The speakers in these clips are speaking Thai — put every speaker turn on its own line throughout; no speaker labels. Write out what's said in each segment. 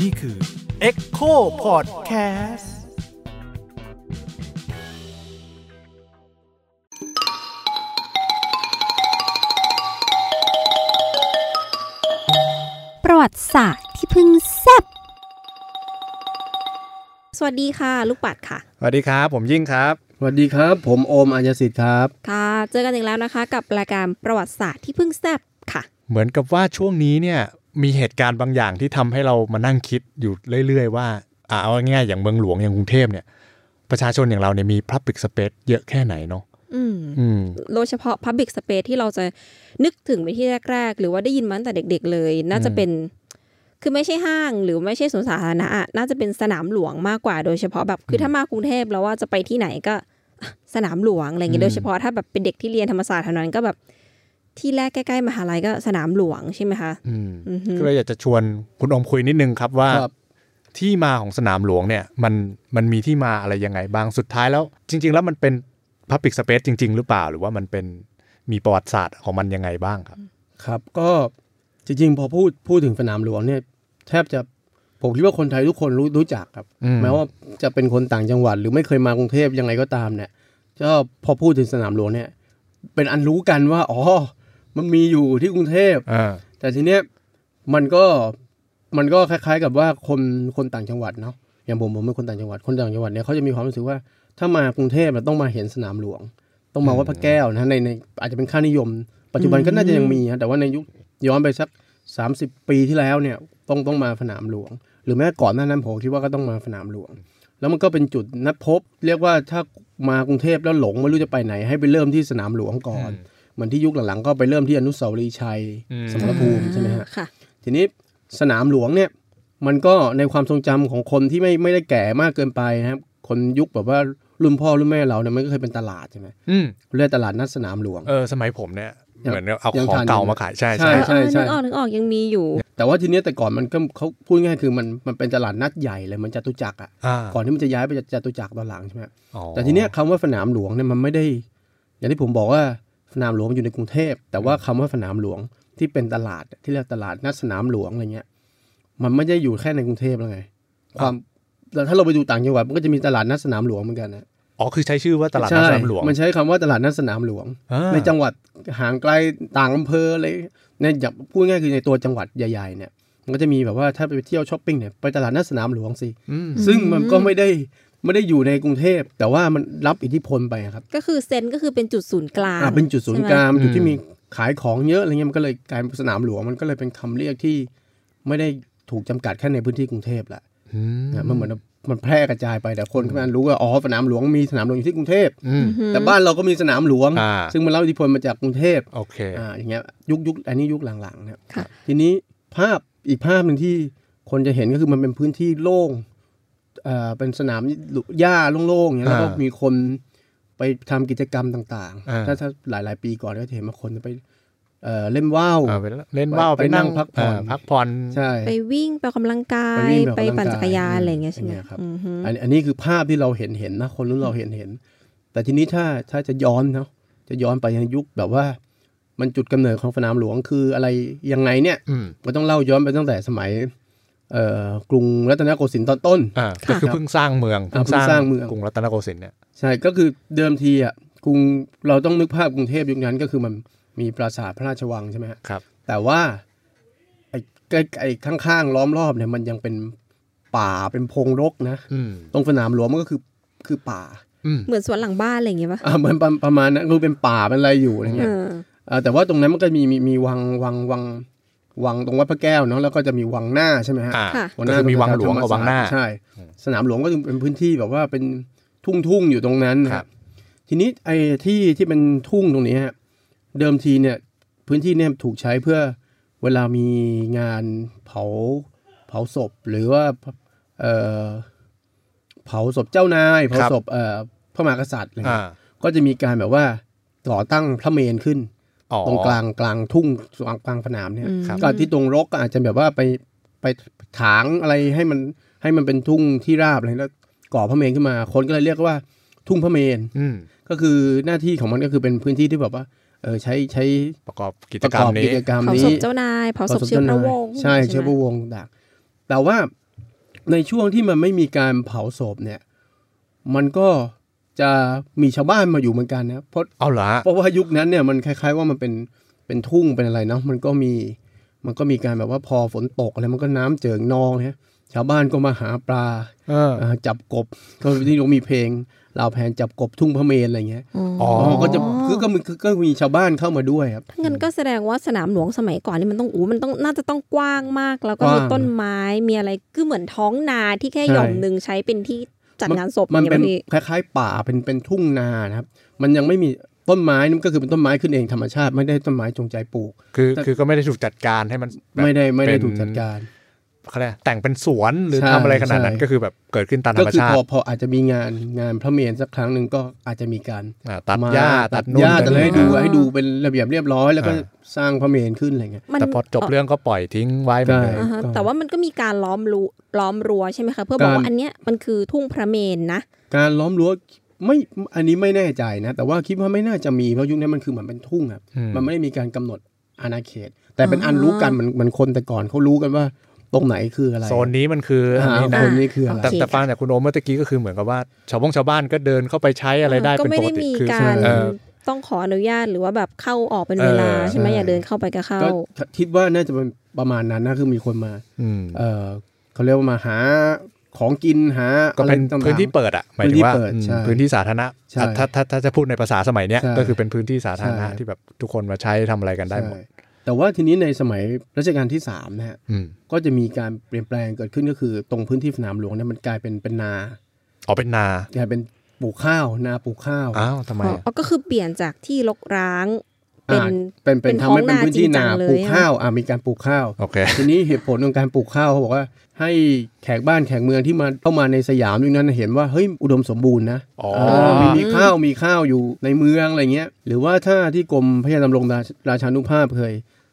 นี่คือ
Echo Podcast
ประวัติศาสตร์ที่เพึ่งแซ่บสวัสดีค่ะ ลูกปัดค่ะ
สวัสดีครับ ผมยิ่งครับ
สวัสดีครับ ผมโอมอัญญสิทธิ์ครับ
ค่ะ เจอกันอีกแล้วนะคะ กับรายการประวัติศาสตร์ที่เพึ่งแซ่บค่ะ
เหมือนกับว่าช่วงนี้เนี่ย มีเหตุการณ์บางอย่างที่ทำให้เรามานั่งคิดอยู่เรื่อย ๆ ว่าอ่ะเอาง่ายๆอย่างเมืองหลวงอย่างกรุงเทพเนี่ย ประชาชนอย่างเราเนี่ยมีพับ i ิ s สเปซเยอะแค่ไหนเนาะ
อืม
อืม
โดยเฉพาะ Public Space ที่เราจะนึกถึงเป็นที่แรก ๆ หรือว่าได้ยินมาตั้งแต่เด็ก ๆ เลย น่าจะเป็น คือไม่ใช่ห้างหรือไม่ใช่สวนสาธารณะอะน่าจะเป็นสนามหลวงมากกว่าโดยเฉพาะแบบคือถ้ามากรุงเทพแล้วว่าจะไปที่ไหนก็ อ่ะสนามหลวงอะไรอย่างเงี้
อื
ย
ม
โดยเฉพาะถ้าแบบเป็นเด็กที่เรียนธรรมศาสตร์เท่านั้นก็แบบที่แรกใกล้ๆมหาลัยก็สนามหลวงใช่ไหมคะ
อืม
อือฮึ
ก็เลยอยากจะชวนคุณอมคุยนิดนึงครับว่า
ครับ
ที่มาของสนามหลวงเนี่ยมันมันมีที่มาอะไรยังไงบ้างสุดท้ายแล้ว จริง ๆ แล้วมันเป็นพับ i ิ s สเปซจริง ๆ หรือเปล่า หรือว่ามันเป็นมีประวัติศาสตร์ของมันยังไงบ้างครับ
ครับก็จริงๆ พอพูดพูดถึงสนามหลวงเนี่ย แทบจะผมคิดว่าคนไทยทุกคนรู้รู้จักครับ
อืม
แม้ว่าจะเป็นคนต่างจังหวัด หรือไม่เคยมากรุงเทพยังไงก็ตามเนี่ยก็พอพูดถึงสนามหลวงเนี่ย เป็นอันรู้กันว่าอ๋อมันมีอยู่ที่กรุงเทพ
อ่า
แต่ทีเนี้ยมันก็มันก็คล้าย ๆ กับว่าคนคนต่างจังหวัดเนาะอย่างผมผมเป็นคนต่างจังหวัดคนต่างจังหวัดเนี่ยเขาจะมีความรู้สึกว่าถ้ามากรุงเทพเราต้องมาเห็นสนามหลวง ต้องมาวัดพระแก้วนะในในอาจจะเป็นค่านิยม ปัจจุบันก็น่าจะยังมีนะแต่ว่าในยุคย้อนไปสัก 30 ปีที่แล้วเนี่ยต้องต้องมาสนามหลวง หรือแม้ก่อนหน้านั้นผมคิดว่าก็ต้องมาสนามหลวง แล้วมันก็เป็นจุดนัดพบ เรียกว่าถ้ามากรุงเทพแล้วหลงไม่รู้จะไปไหน ให้ไปเริ่มที่สนามหลวงก่อนเหมือนที่ยุคหลังๆก็ไปเริ่มที่อนุสาวรีย์ชัย
อืม
สมรภูมิใช่ไหมฮะ
ค่ะ
ทีนี้สนามหลวงเนี่ยมันก็ในความทรงจำของคนที่ไม่ไม่ได้แก่มากเกินไปนะครับ คนยุคแบบว่ารุ่นพ่อรุ่นแม่เราเนี่ยมันก็เคยเป็นตลาดใช่ไหม
อืม
เรียกตลาดนัดสนามหลวง
เออสมัยผมเนี่ย
ยัง
เหมือนเอา
ยัง
ของ
ทัน
เก่า
อยู่
มาขายใช่
ใช่
ใช่
เออเออนึกออกนึกออกยังมีอยู่
แต่ว่าทีเนี้ยแต่ก่อนมันก็เขาพูดง่ายๆคือมันมันเป็นตลาดนัดใหญ่เลยมันจตุจักรอ่ะ
อ่า
ก่อนที่มันจะย้ายไปจตุจักรตอนหลังใช่ไหม
อ๋อ
แต่ทีเนี้ยคำว่าสนามหลวงเนี่ยมันไม่ได้ อย่างที่ผมบอกว่าสนามหลวงมันอยู่ในกรุงเทพ แต่ว่าคำว่าสนามหลวงที่เป็นตลาดที่เรียกตลาดนัดสนามหลวงอะไรเงี้ย มันไม่ได้อยู่แค่ในกรุงเทพแล้วไง ความแล้วถ้าเราไปดูต่างจังหวัดมันก็จะมีตลาดนัดสนามหลวงเหมือนกันนะ
อ๋อคือใช้ชื่อว่าตลาดนัดสนามหลวง
ใช่มันใช้คำว่าตลาดนัดสนามหลวง
อ่า
ในจังหวัดห่างไกลต่างอำเภออะไรในอย่างพูดง่ายๆคือในตัวจังหวัดใหญ่ๆเนี่ย มันก็จะมีแบบว่าถ้าไปเที่ยวช้อปปิ้งเนี่ยไปตลาดนัดสนามหลวงสิ
อืม
ซึ่งมันก็ไม่ได้ไม่ได้อยู่ในกรุงเทพ แต่ว่ามันรับอิทธิพลไปอะครับ
ก็คือเซนก็คือเป็นจุดศูนย์กลาง
อ่าเป็นจุดศูนย์
ใช่ไหม
กลางเป็นจุดที่มีขายของเยอะอะไรเงี้ยมันก็เลยกลายเป็นสนามหลวงมันก็เลยเป็นคำเรียกที่ไม่ได้ถูกจำกัดแค่ในพื้นที่กรุงเทพแหละ
อืม
นะมันเหมือนมันแพร่กระจายไปแต่คนก็มันรู้ว่าอ๋อสนามหลวงมีสนามหลวงอยู่ที่กรุงเทพ
อืม
แต่บ้านเราก็มีสนามหลวง
อ่า
ซึ่งมันรับอิทธิพลมาจากกรุงเทพ
โอเค
อ่าอย่างเงี้ยยุคยุคอันนี้ยุคหลังๆเนี่ย
ค่ะ
ทีนี้ภาพอีกภาพหนึ่งที่คนจะเห็นก็คือมันเป็นพื้นที่โล่งเอ่อเป็นสนามหญ้าโล่งๆอย่างเงี้ยแล้วก็
อ่ามี
มีคน ไปทำกิจกรรมต่าง
อ่า
ๆ ถ้าถ้าหลาย ๆ ปีก่อนก็จะเห็นมาคนไปเอ่อเล่นว่าว
เอาไปเล่นว่าว
ไป
ไปนั่ง
นั่งพักผ่อน
าพักผ่อน
ใช่
ไปวิ่งไปออกกำลังกา
ไป
ยไป
วิ่งไปออกกำลังกาย
ปั่นจักรยานอะไรอย่างเงี้ยใช่ไห
อ
ม
ย่างเงี้ยครับ
อือฮึ
อันอันนี้คือภาพที่เราเห็นเห็นนะคนรุ่นเราเห็นเห็น แต่ทีนี้ถ้าถ้าจะย้อนเนาะจะย้อนไปในยุคแบบว่า มันจุดกำเนิดของสนามหลวงคืออะไรยังไงเนี่ย
อืม
ก็ต้องเล่าย้อนไปตั้งแต่สมัยเอ่อกรุงรัตนโกสินทร์ตอนต้น
อ่าก็คือเพิ่งสร้างเมือง
อ่าเพิ่งสร้างเมือง
กรุงรัตนโกสินทร์เนี่ย
ใช่ก็คือเดิมทีอ่ะกรุงเราต้องนึกภาพกรุงเทพยุคนั้นก็คือมันมีปราสาทพระราชวังใช่ไหมฮะ
ครับ
แต่ว่าไอ้ใกล้ไอ้ข้างๆล้อมรอบเนี่ยมันยังเป็นป่าเป็นพงรกนะ
อืม
ตรงสนามหลวงมันก็คือคือป่า
อืม
เหมือนสวนหลังบ้านอะไรอย่างเงี้ยปะ
อ่ะเหมือนประประมาณนั้นคือเป็นป่าเป็นอะไรอยู่อะไร
เอ
เงี้ย
อ
อ่ะแต่ว่าตรงนั้นมันก็มีมีมีวังวังวังวังตรงวัดพระแก้วเนาะแล้วก็จะมีวังหน้าใช่ไหมฮะ
อ่า
ค่ะ
ก็คือมีวังหลวงกับวังหน้า
ใช่ สนามหลวงก็คือเป็นพื้นที่แบบว่าเป็นทุ่งทุ่งๆอยู่ตรงนั้นนะครับ ทีนี้ไอ้ที่ที่เป็นทุ่งตรงนี้ฮะเดิมทีเนี่ยพื้นที่เนี่ยถูกใช้เพื่อเวลามีงานเผาเผาศพหรือว่าเอ่อเผาศพเจ้านายเผาศพเอ่อพระมหากษัตริย์อะไร
อ่า
เงี้ยก็จะมีการแบบว่าก่อตั้งพระเมนขึ้น
อ๋อ
ตรงกลางกลางทุ่งกลางกลางสนามเนี่ย
อืม
ครับ
ก็ที่ตรงรกก็อาจจะแบบว่าไปไปถางอะไรให้มันให้มันเป็นทุ่งที่ราบอะไรแล้วก่อพระเมนขึ้นมา คนก็เลยเรียกว่าทุ่งพระเมน
อืม
ก็คือหน้าที่ของมันก็คือเป็นพื้นที่ที่แบบว่า เออใช้ใช้
ประกอบกิจ
ประ
กร
ก
ร
อ
ม
บกิ
นี้
จกรรม
เผา
นี้
ศพเจ้านายเผาศพเชื้อพระวงศ์
ใช่
ไหม
เชื้อพระวงศ์ต่างแต่ว่าในช่วงที่มันไม่มีการเผาศพเนี่ย มันก็จะมีชาวบ้านมาอยู่เหมือนกันนะเพราะ
เอาเหรอฮะ
เพราะว่ายุคนั้นเนี่ยมันคล้ายๆว่ามันเป็นเป็นทุ่งเป็นอะไรเนาะมันก็มีมันก็มีการแบบว่าพอฝนตกอะไรมันก็น้ำเจิ่งนองเนี่ยชาวบ้านก็มาหาปลา
เออ
าจับกบก็ที่เรามีเพลงลาวแผนจับกบทุ่งพระเมรอะไรเงี้ย
อ๋อ
มันก็จะคือก็มีก็มีชาวบ้านเข้ามาด้วยครับ
ถ้างั้นก็แสดงว่าสนามหลวงสมัยก่อนนี่มันต้องอู้มันต้องน่าจะต้องกว้างมาก แล้วก็มี
กว้าง
ต้นไม้มีอะไรคือเหมือนท้องนาที่แค่
ใช่
หย่อมหนึ่งใช้เป็นที่จัดงานศพ
มันเป็น
อย่างงี้ย
คล้ายๆ ป่าเป็นเป็นทุ่งนานะครับ มันยังไม่มีต้นไม้นี่มันก็คือเป็นต้นไม้ขึ้นเองธรรมชาติไม่ได้ต้นไม้จงใจปลูก
คือ
แต่
คือก็ไม่ได้ถูกจัดการให้มันแบบ
ไม่ได้ไม่ได้
เป็น
ถูกจัดการ
เขาเรียกแต่งเป็นสวนหรือ
ใช่
ทำอะไรขนาดนั้น
ใช่
ก็คือแบบเกิดขึ้นตามธร
ก็
รม
คือ
ชา
พ
ติ
อพออาจจะมีงานงานพระเมรุสักครั้งหนึ่งก็อาจจะมีการ
อ่าตัด
ม
หญ้าตัดนู่น
หญ้า
ตัด
ตัดอะไร
นี่
ให้ดู
อ่า
ให้ดูเป็นระเบียบเรียบร้อย แล้วก็
อ่า
สร้างพระเมรุขึ้นอะไรเงี้ย
มัน
แต่พอจบเรื่องก็ปล่อยทิ้งไว้เหมือนเดิม
อ่าฮะ
ถูกต้อง
แต่ว่ามันก็มีการล้อมรูล้อมรั้วใช่ไหมคะ เพื่อบอก
การ
ว่าอันเนี้ยมันคือทุ่งพระเมนนะ
การล้อมรั้วไม่อันนี้ไม่แน่ใจนะ แต่ว่าคิดว่าไม่น่าจะมีเพราะยุคนั้นมันคือเหมือนเป็นทุ่งครับ
อืม
มันไม่ได้มีการกำหนดอาณาเขต แต่เป็น
อ่า
อันรู้กันเหมือนเหมือนคนแต่ก่อนเขารู้กันว่าตรงไหนคืออะไร
โซนนี้มันคืออัน
อ่า
นี้
ค
นะ
นนี้คืออะไร
แต่
โอเค
แต่ฟังจากคุณโอมเมื่อตะกี้ก็คือเหมือนกับว่า ชาวบงชาวบ้านก็เดินเข้าไปใช้อะไรได้
ก็
เป็น
ไม่
ปก
ได้
ติ
มี
คือ
การ
เออ
ต้องขออนุญาตหรือว่าแบบเข้าออกเป็นเวลา
เออ
ใช่ไหม
ใช่
อย่าเดินเข้าไปก็เข้า
ก็คิดว่าน่าจะเป็นประมาณนั้นนะคือมีคนมา
อืม
เออเขาเรียกว่ามาหาของกินหา
ก็เป็น
อะไรต่างๆ
พื้นที่เปิดอ่ะหมายถึงว่า
พื้นที่เปิด
อืม
ใช่
พื้นที่สาธารณะ
ใช่
อ่ะถ้าถ้าถ้าจะพูดในภาษาสมัยเนี้ย
ใช่
ก็คือเป็นพื้นที่สาธารณะ
ใช่
ที่แบบทุกคนมาใช้ทำอะไรกันได้หมด
ใช่แต่ว่าทีนี้ในสมัยรัชกาลที่สามนะฮะ
อืม
ก็จะมีการเปลี่ยนแปลงเกิดขึ้นก็คือ ตรงพื้นที่สนามหลวงเนี่ยมันกลายเป็นเป็นนา
อ๋อเป็นนาก
ลายเป็นปลูกข้าว นาปลูกข้าว
อ้าวทำไม
อ๋อ
อ่ะ
อ๋อก็คือเปลี่ยนจากที่รกร้าง เป็น
อ่าเป็นเป็น
เป็น
ทำให้
ท้อง
เป็น
นา
พื้นที่
จริงๆ
นา
เลย
ปลูก
อะ
ข้าวอ่ามีการปลูกข้าว
โอเค
ทีนี้เหตุผลของการปลูกข้าวเขาบอกว่า ให้แขกบ้านแขกเมืองที่มาเข้ามาในสยามยุคนั้นเห็นว่าเฮ้ยอุดมสมบูรณ์นะ
อ๋อ
เออมีมีข้าวมีข้าวอยู่ในเมืองอะไรเงี้ย หรือว่าถ้าที่กรมพระยาดำรงราชราชานุภาพเคย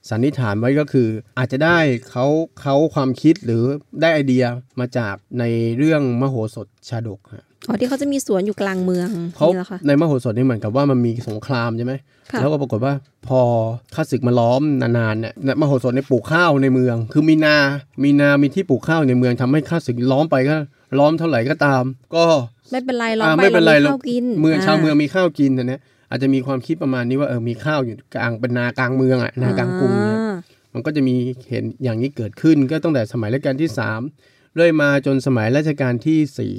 สันนิษฐานไว้ก็คือ อาจจะได้เขาเขาความคิดหรือได้ไอเดียมาจากในเรื่องมโหสถชาดกฮะ
อ๋อที่เขาจะมีสวนอยู่กลางเมือง
เขา
นี่แหละค่ะ
ในมโหสถนี่เหมือนกับว่ามันมีสงครามใช่ไหม
ค่ะ
แล้วก็ปรากฏว่าพอข้าศึกมาล้อมนานๆเนี่ยมโหสถในยปลูกข้าวในเมือง คือมีนา มีนา มีที่ปลูกข้าวในเมืองทำให้ข้าศึกล้อมไปก็ล้อมเท่าไหร่ก็ตาม ก็
ไม่เป็นไรเรา
อ่า
ไป
ไม่เป็นไรเรา
เรามีข้าวกิน
เมืองชาวเมือง
า
มีข้าวกินนะเนี่ยอาจจะมีความคิดประมาณนี้ว่าเออมีข้าวอยู่กลางเป็นนากลางเมืองอ่ะนากลางกรุงเนี่ย มันก็จะมีเห็นอย่างนี้เกิดขึ้นก็ตั้งแต่สมัยรัชกาลที่3เรื่อยมาจนสมัยรัชกาลที่สี่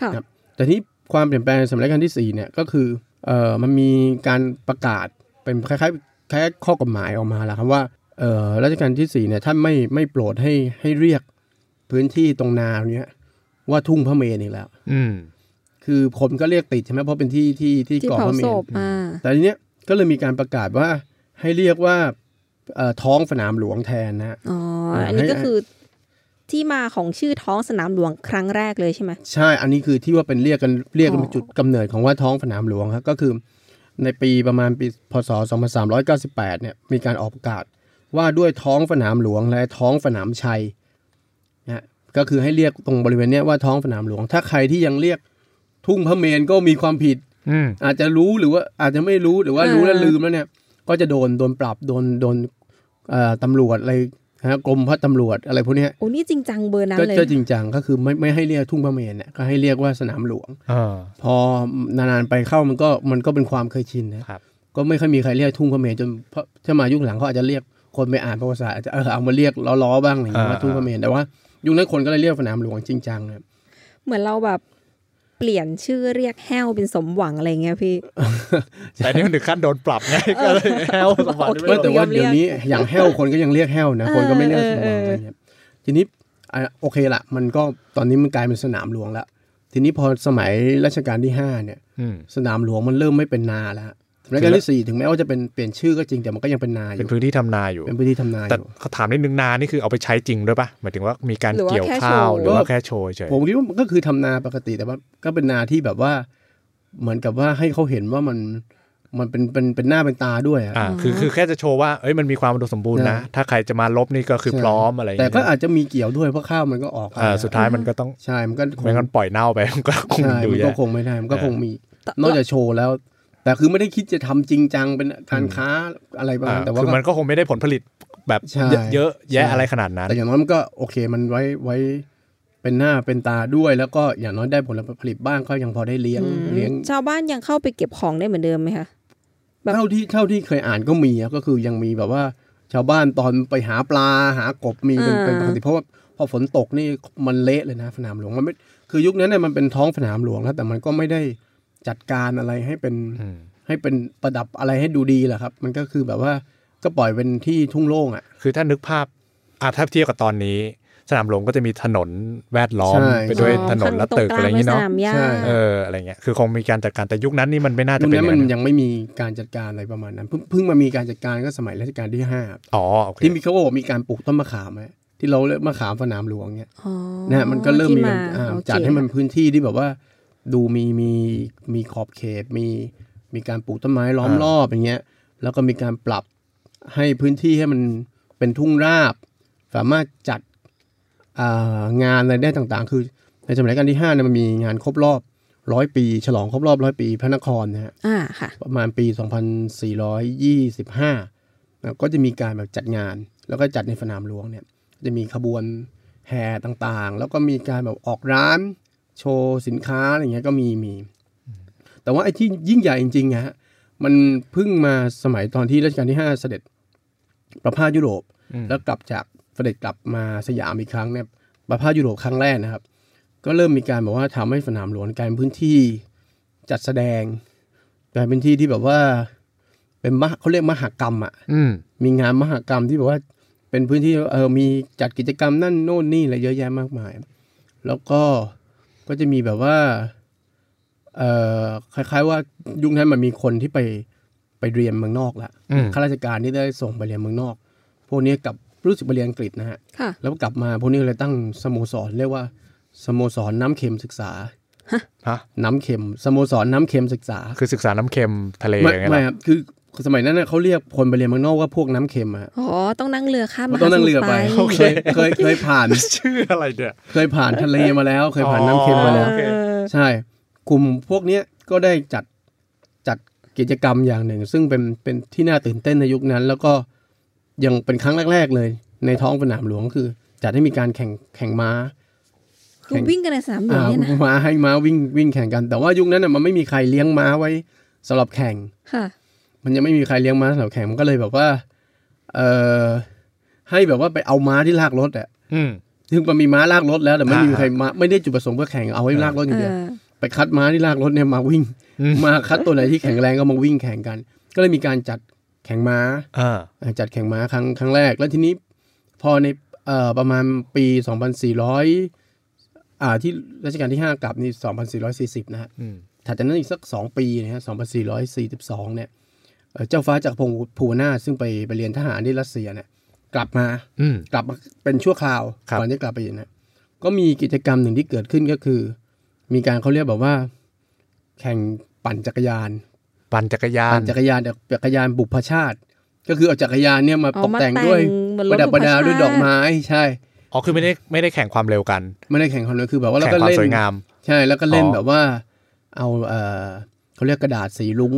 ค่ะ
ครับแต่ที่ความเปลี่ยนแปลงในสมัยรัชกาลที่สี่เนี่ยก็คือเอ่อมันมีการประกาศเป็นคล้ายๆคล้ายๆข้อกฎหมายออกมาแล้วครับว่าเอ่อรัชกาลที่สี่เนี่ยท่านไม่ไม่โปรดให้ให้เรียกพื้นที่ตรงนาเนี้ยว่าทุ่งพระเมรุอีกแล้ว
อืม
คือผมก็เรียกติดใช่ไหมเพราะเป็นที่ที่ที่
ที่
ก่อ
เผา
พระเม
ศ
รุ
พอ่า
แต่ทีเนี้ยก็เลยมีการประกาศว่าให้เรียกว่าเอ่อท้องสนามหลวงแทนนะฮะ
อ๋ออันนี้
ให้
ก็คือที่มาของชื่อท้องสนามหลวงครั้งแรกเลยใช่ไหม
ใช่ อันนี้คือที่ว่าเป็นเรียกกันเรียกกันเป็น
อ๋อ
จุดกำเนิดของว่าท้องสนามหลวงครับก็คือในปีประมาณปีพศ 2398 เนี่ยมีการออกประกาศว่าด้วยท้องสนามหลวงและท้องสนามชัยนะฮะก็คือให้เรียกตรงบริเวณเนี้ยว่าท้องสนามหลวง ถ้าใครที่ยังเรียกทุ่งพระเมรุก็มีความผิด
อืม
อาจจะรู้หรือว่าอาจจะไม่รู้หรือว่า
อ่า
รู้แล้วลืมแล้วเนี่ย ก็จะโดนโดนปรับโดนโดนเอ่อตำรวจอะไรนะฮะกรมพัฒน์ตำรวจอะไรพวกเนี้ย
โอ้นี่จริงจังเบอร์นั้น
ก็
เลย
ก็จริงจังก็คือไม่ไม่ให้เรียกทุ่งพระเมรุเนี่ยก็ให้เรียกว่าสนามหลวง
อ่า
พอนานๆไปเข้ามันก็มันก็เป็นความเคยชินนะครับ ก็ไม่ค่อยมีใครเรียกทุ่งพระเมรุจนเพราะถ้ามายุคหลังเขาอาจจะเรียกคนไปอ่านประวัติศาสตร์อาจจะเออเอามาเรียกล้อๆบ้างอะไรอย่างเงี้ยว่าทุ่งพระเมรุแต่ว่ายุคนั้นคนก็เลยเรียกสนามหลวงจริงจังนะครับ
เหมือนเราแบบเปลี่ยนชื่อเรียกแห้วเป็นสมหวังอะไรเงี้ยพี่
แต่นี่มันถึงขั้นโดนปรับไง ก็เลยแฮวสมบัติไม่
ไม่
ได้
แต่ว่า
ไม่ยอมเรียก
เดี๋ยวนี้อย่างแห้วคนก็ยังเรียกแห้วนะ
เออ
คนก็ไม่เรียกสนามหลวง
เออ
อะไรเงี้ยทีนี้อ่ะโอเคละมันก็ตอนนี้มันกลายเป็นสนามหลวงละทีนี้พอสมัยรัชกาลที่ห้าเนี่ย
อืม
สนามหลวงมันเริ่มไม่เป็นนาแล้วรัชกาลที่สี่ถึงแม้ว่าจะเป็นเปลี่ยนชื่อก็จริงแต่มันก็ยังเป็นนาอ
เป็น
ยู่
พื้นที่ทำนาอยู่
เป็นพื้นที่ทำนาอ
แต่
ยู่
เขาถามนิดนึงนานี่คือเอาไปใช้จริงด้วยปะหมายถึงว่ามีการ
หรือว่า
เกี่ยว
แค่
ข้าว
โชว์
หรือว่าแค่โชว์เฉย
ผมคิดว่ามันก็คือทำนาปกติแต่ว่าก็เป็นนาที่แบบว่า เหมือนกับว่าให้เขาเห็นว่ามันมันเป็นเป็นเป็นหน้าเป็นตาด้วยอะ
อ่าคือคือแค่จะโชว์ว่าเอ้ยมันมีความอุดมสมบูรณ์นะ
ใช่
ถ้าใครจะมาลบนี่ก็คือพร้อมอะไรอย่าง
แต่
เงี้ย
ก็อาจจะมีเกี่ยวด้วยเพราะข้าวมันก็ออก
อ่าสุดท้ายมันก็ต้อง
ใช่มันก็คง
ไม่งั้นปล่อยเน่าไป มันก็คง
ใช่
ดู
มัน
แย่
ก็คงไม่ได้ มันก็
เออ
คงมี
แต่
นอกจากโชว์แล้ว แต่คือไม่ได้คิดจะทำจริงจังเป็นการค้าอะไรประมาณ
อ่า
แต่ว่า
คือ
ก็
มันก็คงไม่ได้ผลผลิตแบบ
ใช่
เยอะแยะ
ใช่
อะไรขนาดนั้น
แต่อย่างน้อยมันก็โอเคมันไว้ไว้เป็นหน้าเป็นตาด้วย แล้วก็อย่างน้อยได้ผลผลิตบ้างก็ยังพอได้เลี้ยง
อืม
เลี้ยง
ชาวบ้านยังเข้าไปเก็บของได้เหมือนเดิมไหมคะ แบบ
เท่าที่เท่าที่เคยอ่านก็มีอะก็คือยังมีแบบว่า ชาวบ้านตอนไปหาปลาหากบมีเป็นเป็น
อ่า
ปกติเพราะว่าพอฝนตกนี่มันเละเลยนะสนามหลวงมันไม่คือยุคนั้นเนี่ยมันเป็นท้องสนามหลวงแล้วแต่มันก็ไม่ได้จัดการอะไรให้เป็น
อืม
ให้เป็นประดับอะไรให้ดูดีแหละครับ มันก็คือแบบว่าก็ปล่อยเป็นที่ทุ่งโล่งอ่ะ
คือถ้านึกภาพอาถ้าเทียบกับตอนนี้ สนามหลวงก็จะมีถนนแวดล้อม
ใช่
ไปด้วย
อ๋อ
ถนนและ
ข้าง
ตึกอะไรอย่าง
ต
นี้
งกล
เนาะ
ป็สมหญ้า
ใช่
เอออะไรเงี้ยคือคงมีการจัดการแต่ยุคนั้นนี่มันไม่น่าจะ
ยุค
เป็นอ
นั้
ย่าน ง
มั
นั้น น
ยังไม่มีการจัดการอะไรประมาณนั้นเพิ่งเพิ่งมามีการจัดการก็สมัยรัชกาลที่ห้า
อ๋อโอเค
ที่มีเขาบอกว่ามีการปลูกต้นมะขามอะที่เราเรียกมะขามสนามหลวงเนี่ย
อ๋อ
นะมันก็เริ่มมี
ที่
การอ่า
โอเค
จัดให้มันพื้นที่ที่แบบว่า ดูมีมีมีขอบเขตมีมีการปลูกต้นไม้ล้อมรอบอย่างเงี้ย แล้วก็มีการปรับให้พื้นที่ให้มันเป็นทุ่งราบ สามารถจัดอ่างานอะไรได้ต่างๆ คือในสมัยรัชกาลที่5เนี่ยมันมีงานครบรอบร้อยปี ฉลองครบรอบร้อยปีพระนครนะฮะ
อ่าค่ะ
ประมาณปี 2425นะก็จะมีการแบบจัดงาน แล้วก็จัดในสนามหลวงเนี่ย จะมีขบวนแห่ต่างๆ แล้วก็มีการแบบออกร้าน โชว์สินค้าอะไรเงี้ยก็มีมี แต่ว่าไอ้ที่ยิ่งใหญ่จริงๆนะฮะ มันเพิ่งมาสมัยตอนที่รัชกาลที่ 5 เสด็จประพาสยุโรป แล้วกลับจากเสด็จกลับมาสยามอีกครั้งเนี่ยประพาสยุโรปครั้งแรกนะครับ ก็เริ่มมีการแบบว่าทำให้สนามหลวงกลายเป็นพื้นที่จัดแสดง กลายเป็นที่ที่แบบว่าเป็นมหเขาเรียกมหกรรมอ่ะ
อืม
มีงานมหกรรมที่แบบว่าเป็นพื้นที่เออมีจัดกิจกรรมนั่นโน่นนี่อะไรเยอะแยะมากมาย แล้วก็ก็จะมีแบบว่าเออคล้าย ๆ ว่ายุคนั้นมันมีคนที่ไปไปเรียนเมืองนอกละ
อืม
ข้าราชการที่ได้ส่งไปเรียนเมืองนอก พวกนี้กลับรู้สึกไปเรียนอังกฤษนะฮะ
ค่ะ
แล้วกลับมาพวกนี้เลยตั้งสโมสรเรียกว่าสโมสรน้ำเค็มศึกษา
ฮะ
น้ำเค็มสโมสรน้ำเค็มศึกษา
คือศึกษาน้ำเค็มทะเล
ไม่
อย่างเงี้ยเหร
ไม่
อ
ครับคือคือสมัยนั้นน่ะเขาเรียกคนไปเรียนเมืองนอกว่าพวกน้ำเค็มอะฮะ
อ๋อ ต้องนั่งเรือข้าม
มันต้องนั่งเรือไป
มหาสมุทร
เคยเค ยเคยผ่าน
ชื่ออะไรเด้อ
เคยผ่านทะเลมาแล้ว เคยผ่านน้ำเค็ม
ไป
มาแล้ว
อ๋อ
เออ
ใช่ กลุ่มพวกเนี้ยก็ได้จัดจัดกิจกรรมอย่างหนึ่ง ซึ่งเป็นเป็นที่น่าตื่นเต้นในยุคนั้น แล้วก็ยังเป็นครั้งแรก ๆ เลย ในท้องสนามหลวงคือ จัดให้มีการแข่งแข่งม้า
คือวิ่งกันในสนามหลวง
อ่า
เนี่ยนะ
ม้าให้ม้าวิ่งวิ่งแข่งกัน แต่ว่ายุคนั้นน่ะมันไม่มีใครเลี้ยงม้าไว้สำหรับแข่ง
ค่ะ
มันยังไม่มีใครเลี้ยงม้าสำหรับแข่งมันก็เลยแบบว่า เออให้แบบว่าไปเอาม้าที่ลากรถอะ
อืม
ถึงมันมีม้าลากรถแล้วแต่ไม่
อ่า
มีใครม้าไม่ได้จุดประสงค์เพื่อแข่งเอาไว้ลากรถอย่างเดียว
เออ
ไปคัดม้าที่ลากรถเนี่ยมาวิ่ง
อืม
มาคัดตัวไหนที่แข็งแรงก็มาวิ่งแข่งกัน ก็เลยมีการจัดแข่งม้า
อ่า
อ่าจัดแข่งม้าครั้งครั้งแรก แล้วทีนี้พอในเอ่อประมาณปี 2400อ่าที่รัชกาลที่ห้ากลับนี่2440นะฮะ
อืม
ถัดจากนั้นอีกสัก 2 ปีนะฮะ2442 เนี่ยเอ่อเจ้าฟ้าจากรพงศ์ภูวนาถซึ่งไปไปเรียนทหารที่รัสเซียเนี่ยกลับมา
อืม
กลับมาเป็นชั่วคราว
ครับ
ก่อนจะกลับไปอยู่นะก็มีกิจกรรมหนึ่งที่เกิดขึ้นก็คือ มีการเขาเรียกแบบว่า แข่งปั่นจักรยาน
ปั่นจักรยาน
ปั่นจักรยานแต่จักรยานบุพชาติ ก็คือเอาจักรยานเนี่ยมา
อ๋อ
ตกแต่ง
มาแต่ง
ด้วย
เหมือนร
ป
ถ
ระดับประดา
บุพชาติ
ด้วยดอกไม้ใช่
อ๋อคือไม่ได้ไม่ได้แข่งความเร็วกัน
ไม่ได้แข่งความเร็วคือแบบว่าแล้ว
แข่ง
ก็
ความ
เล่น
สวยงาม
ใช่ แล้วก็เล่น
อ๋อ
แบบว่า เอาเออเขาเรียกกระดาษสีลุ้ง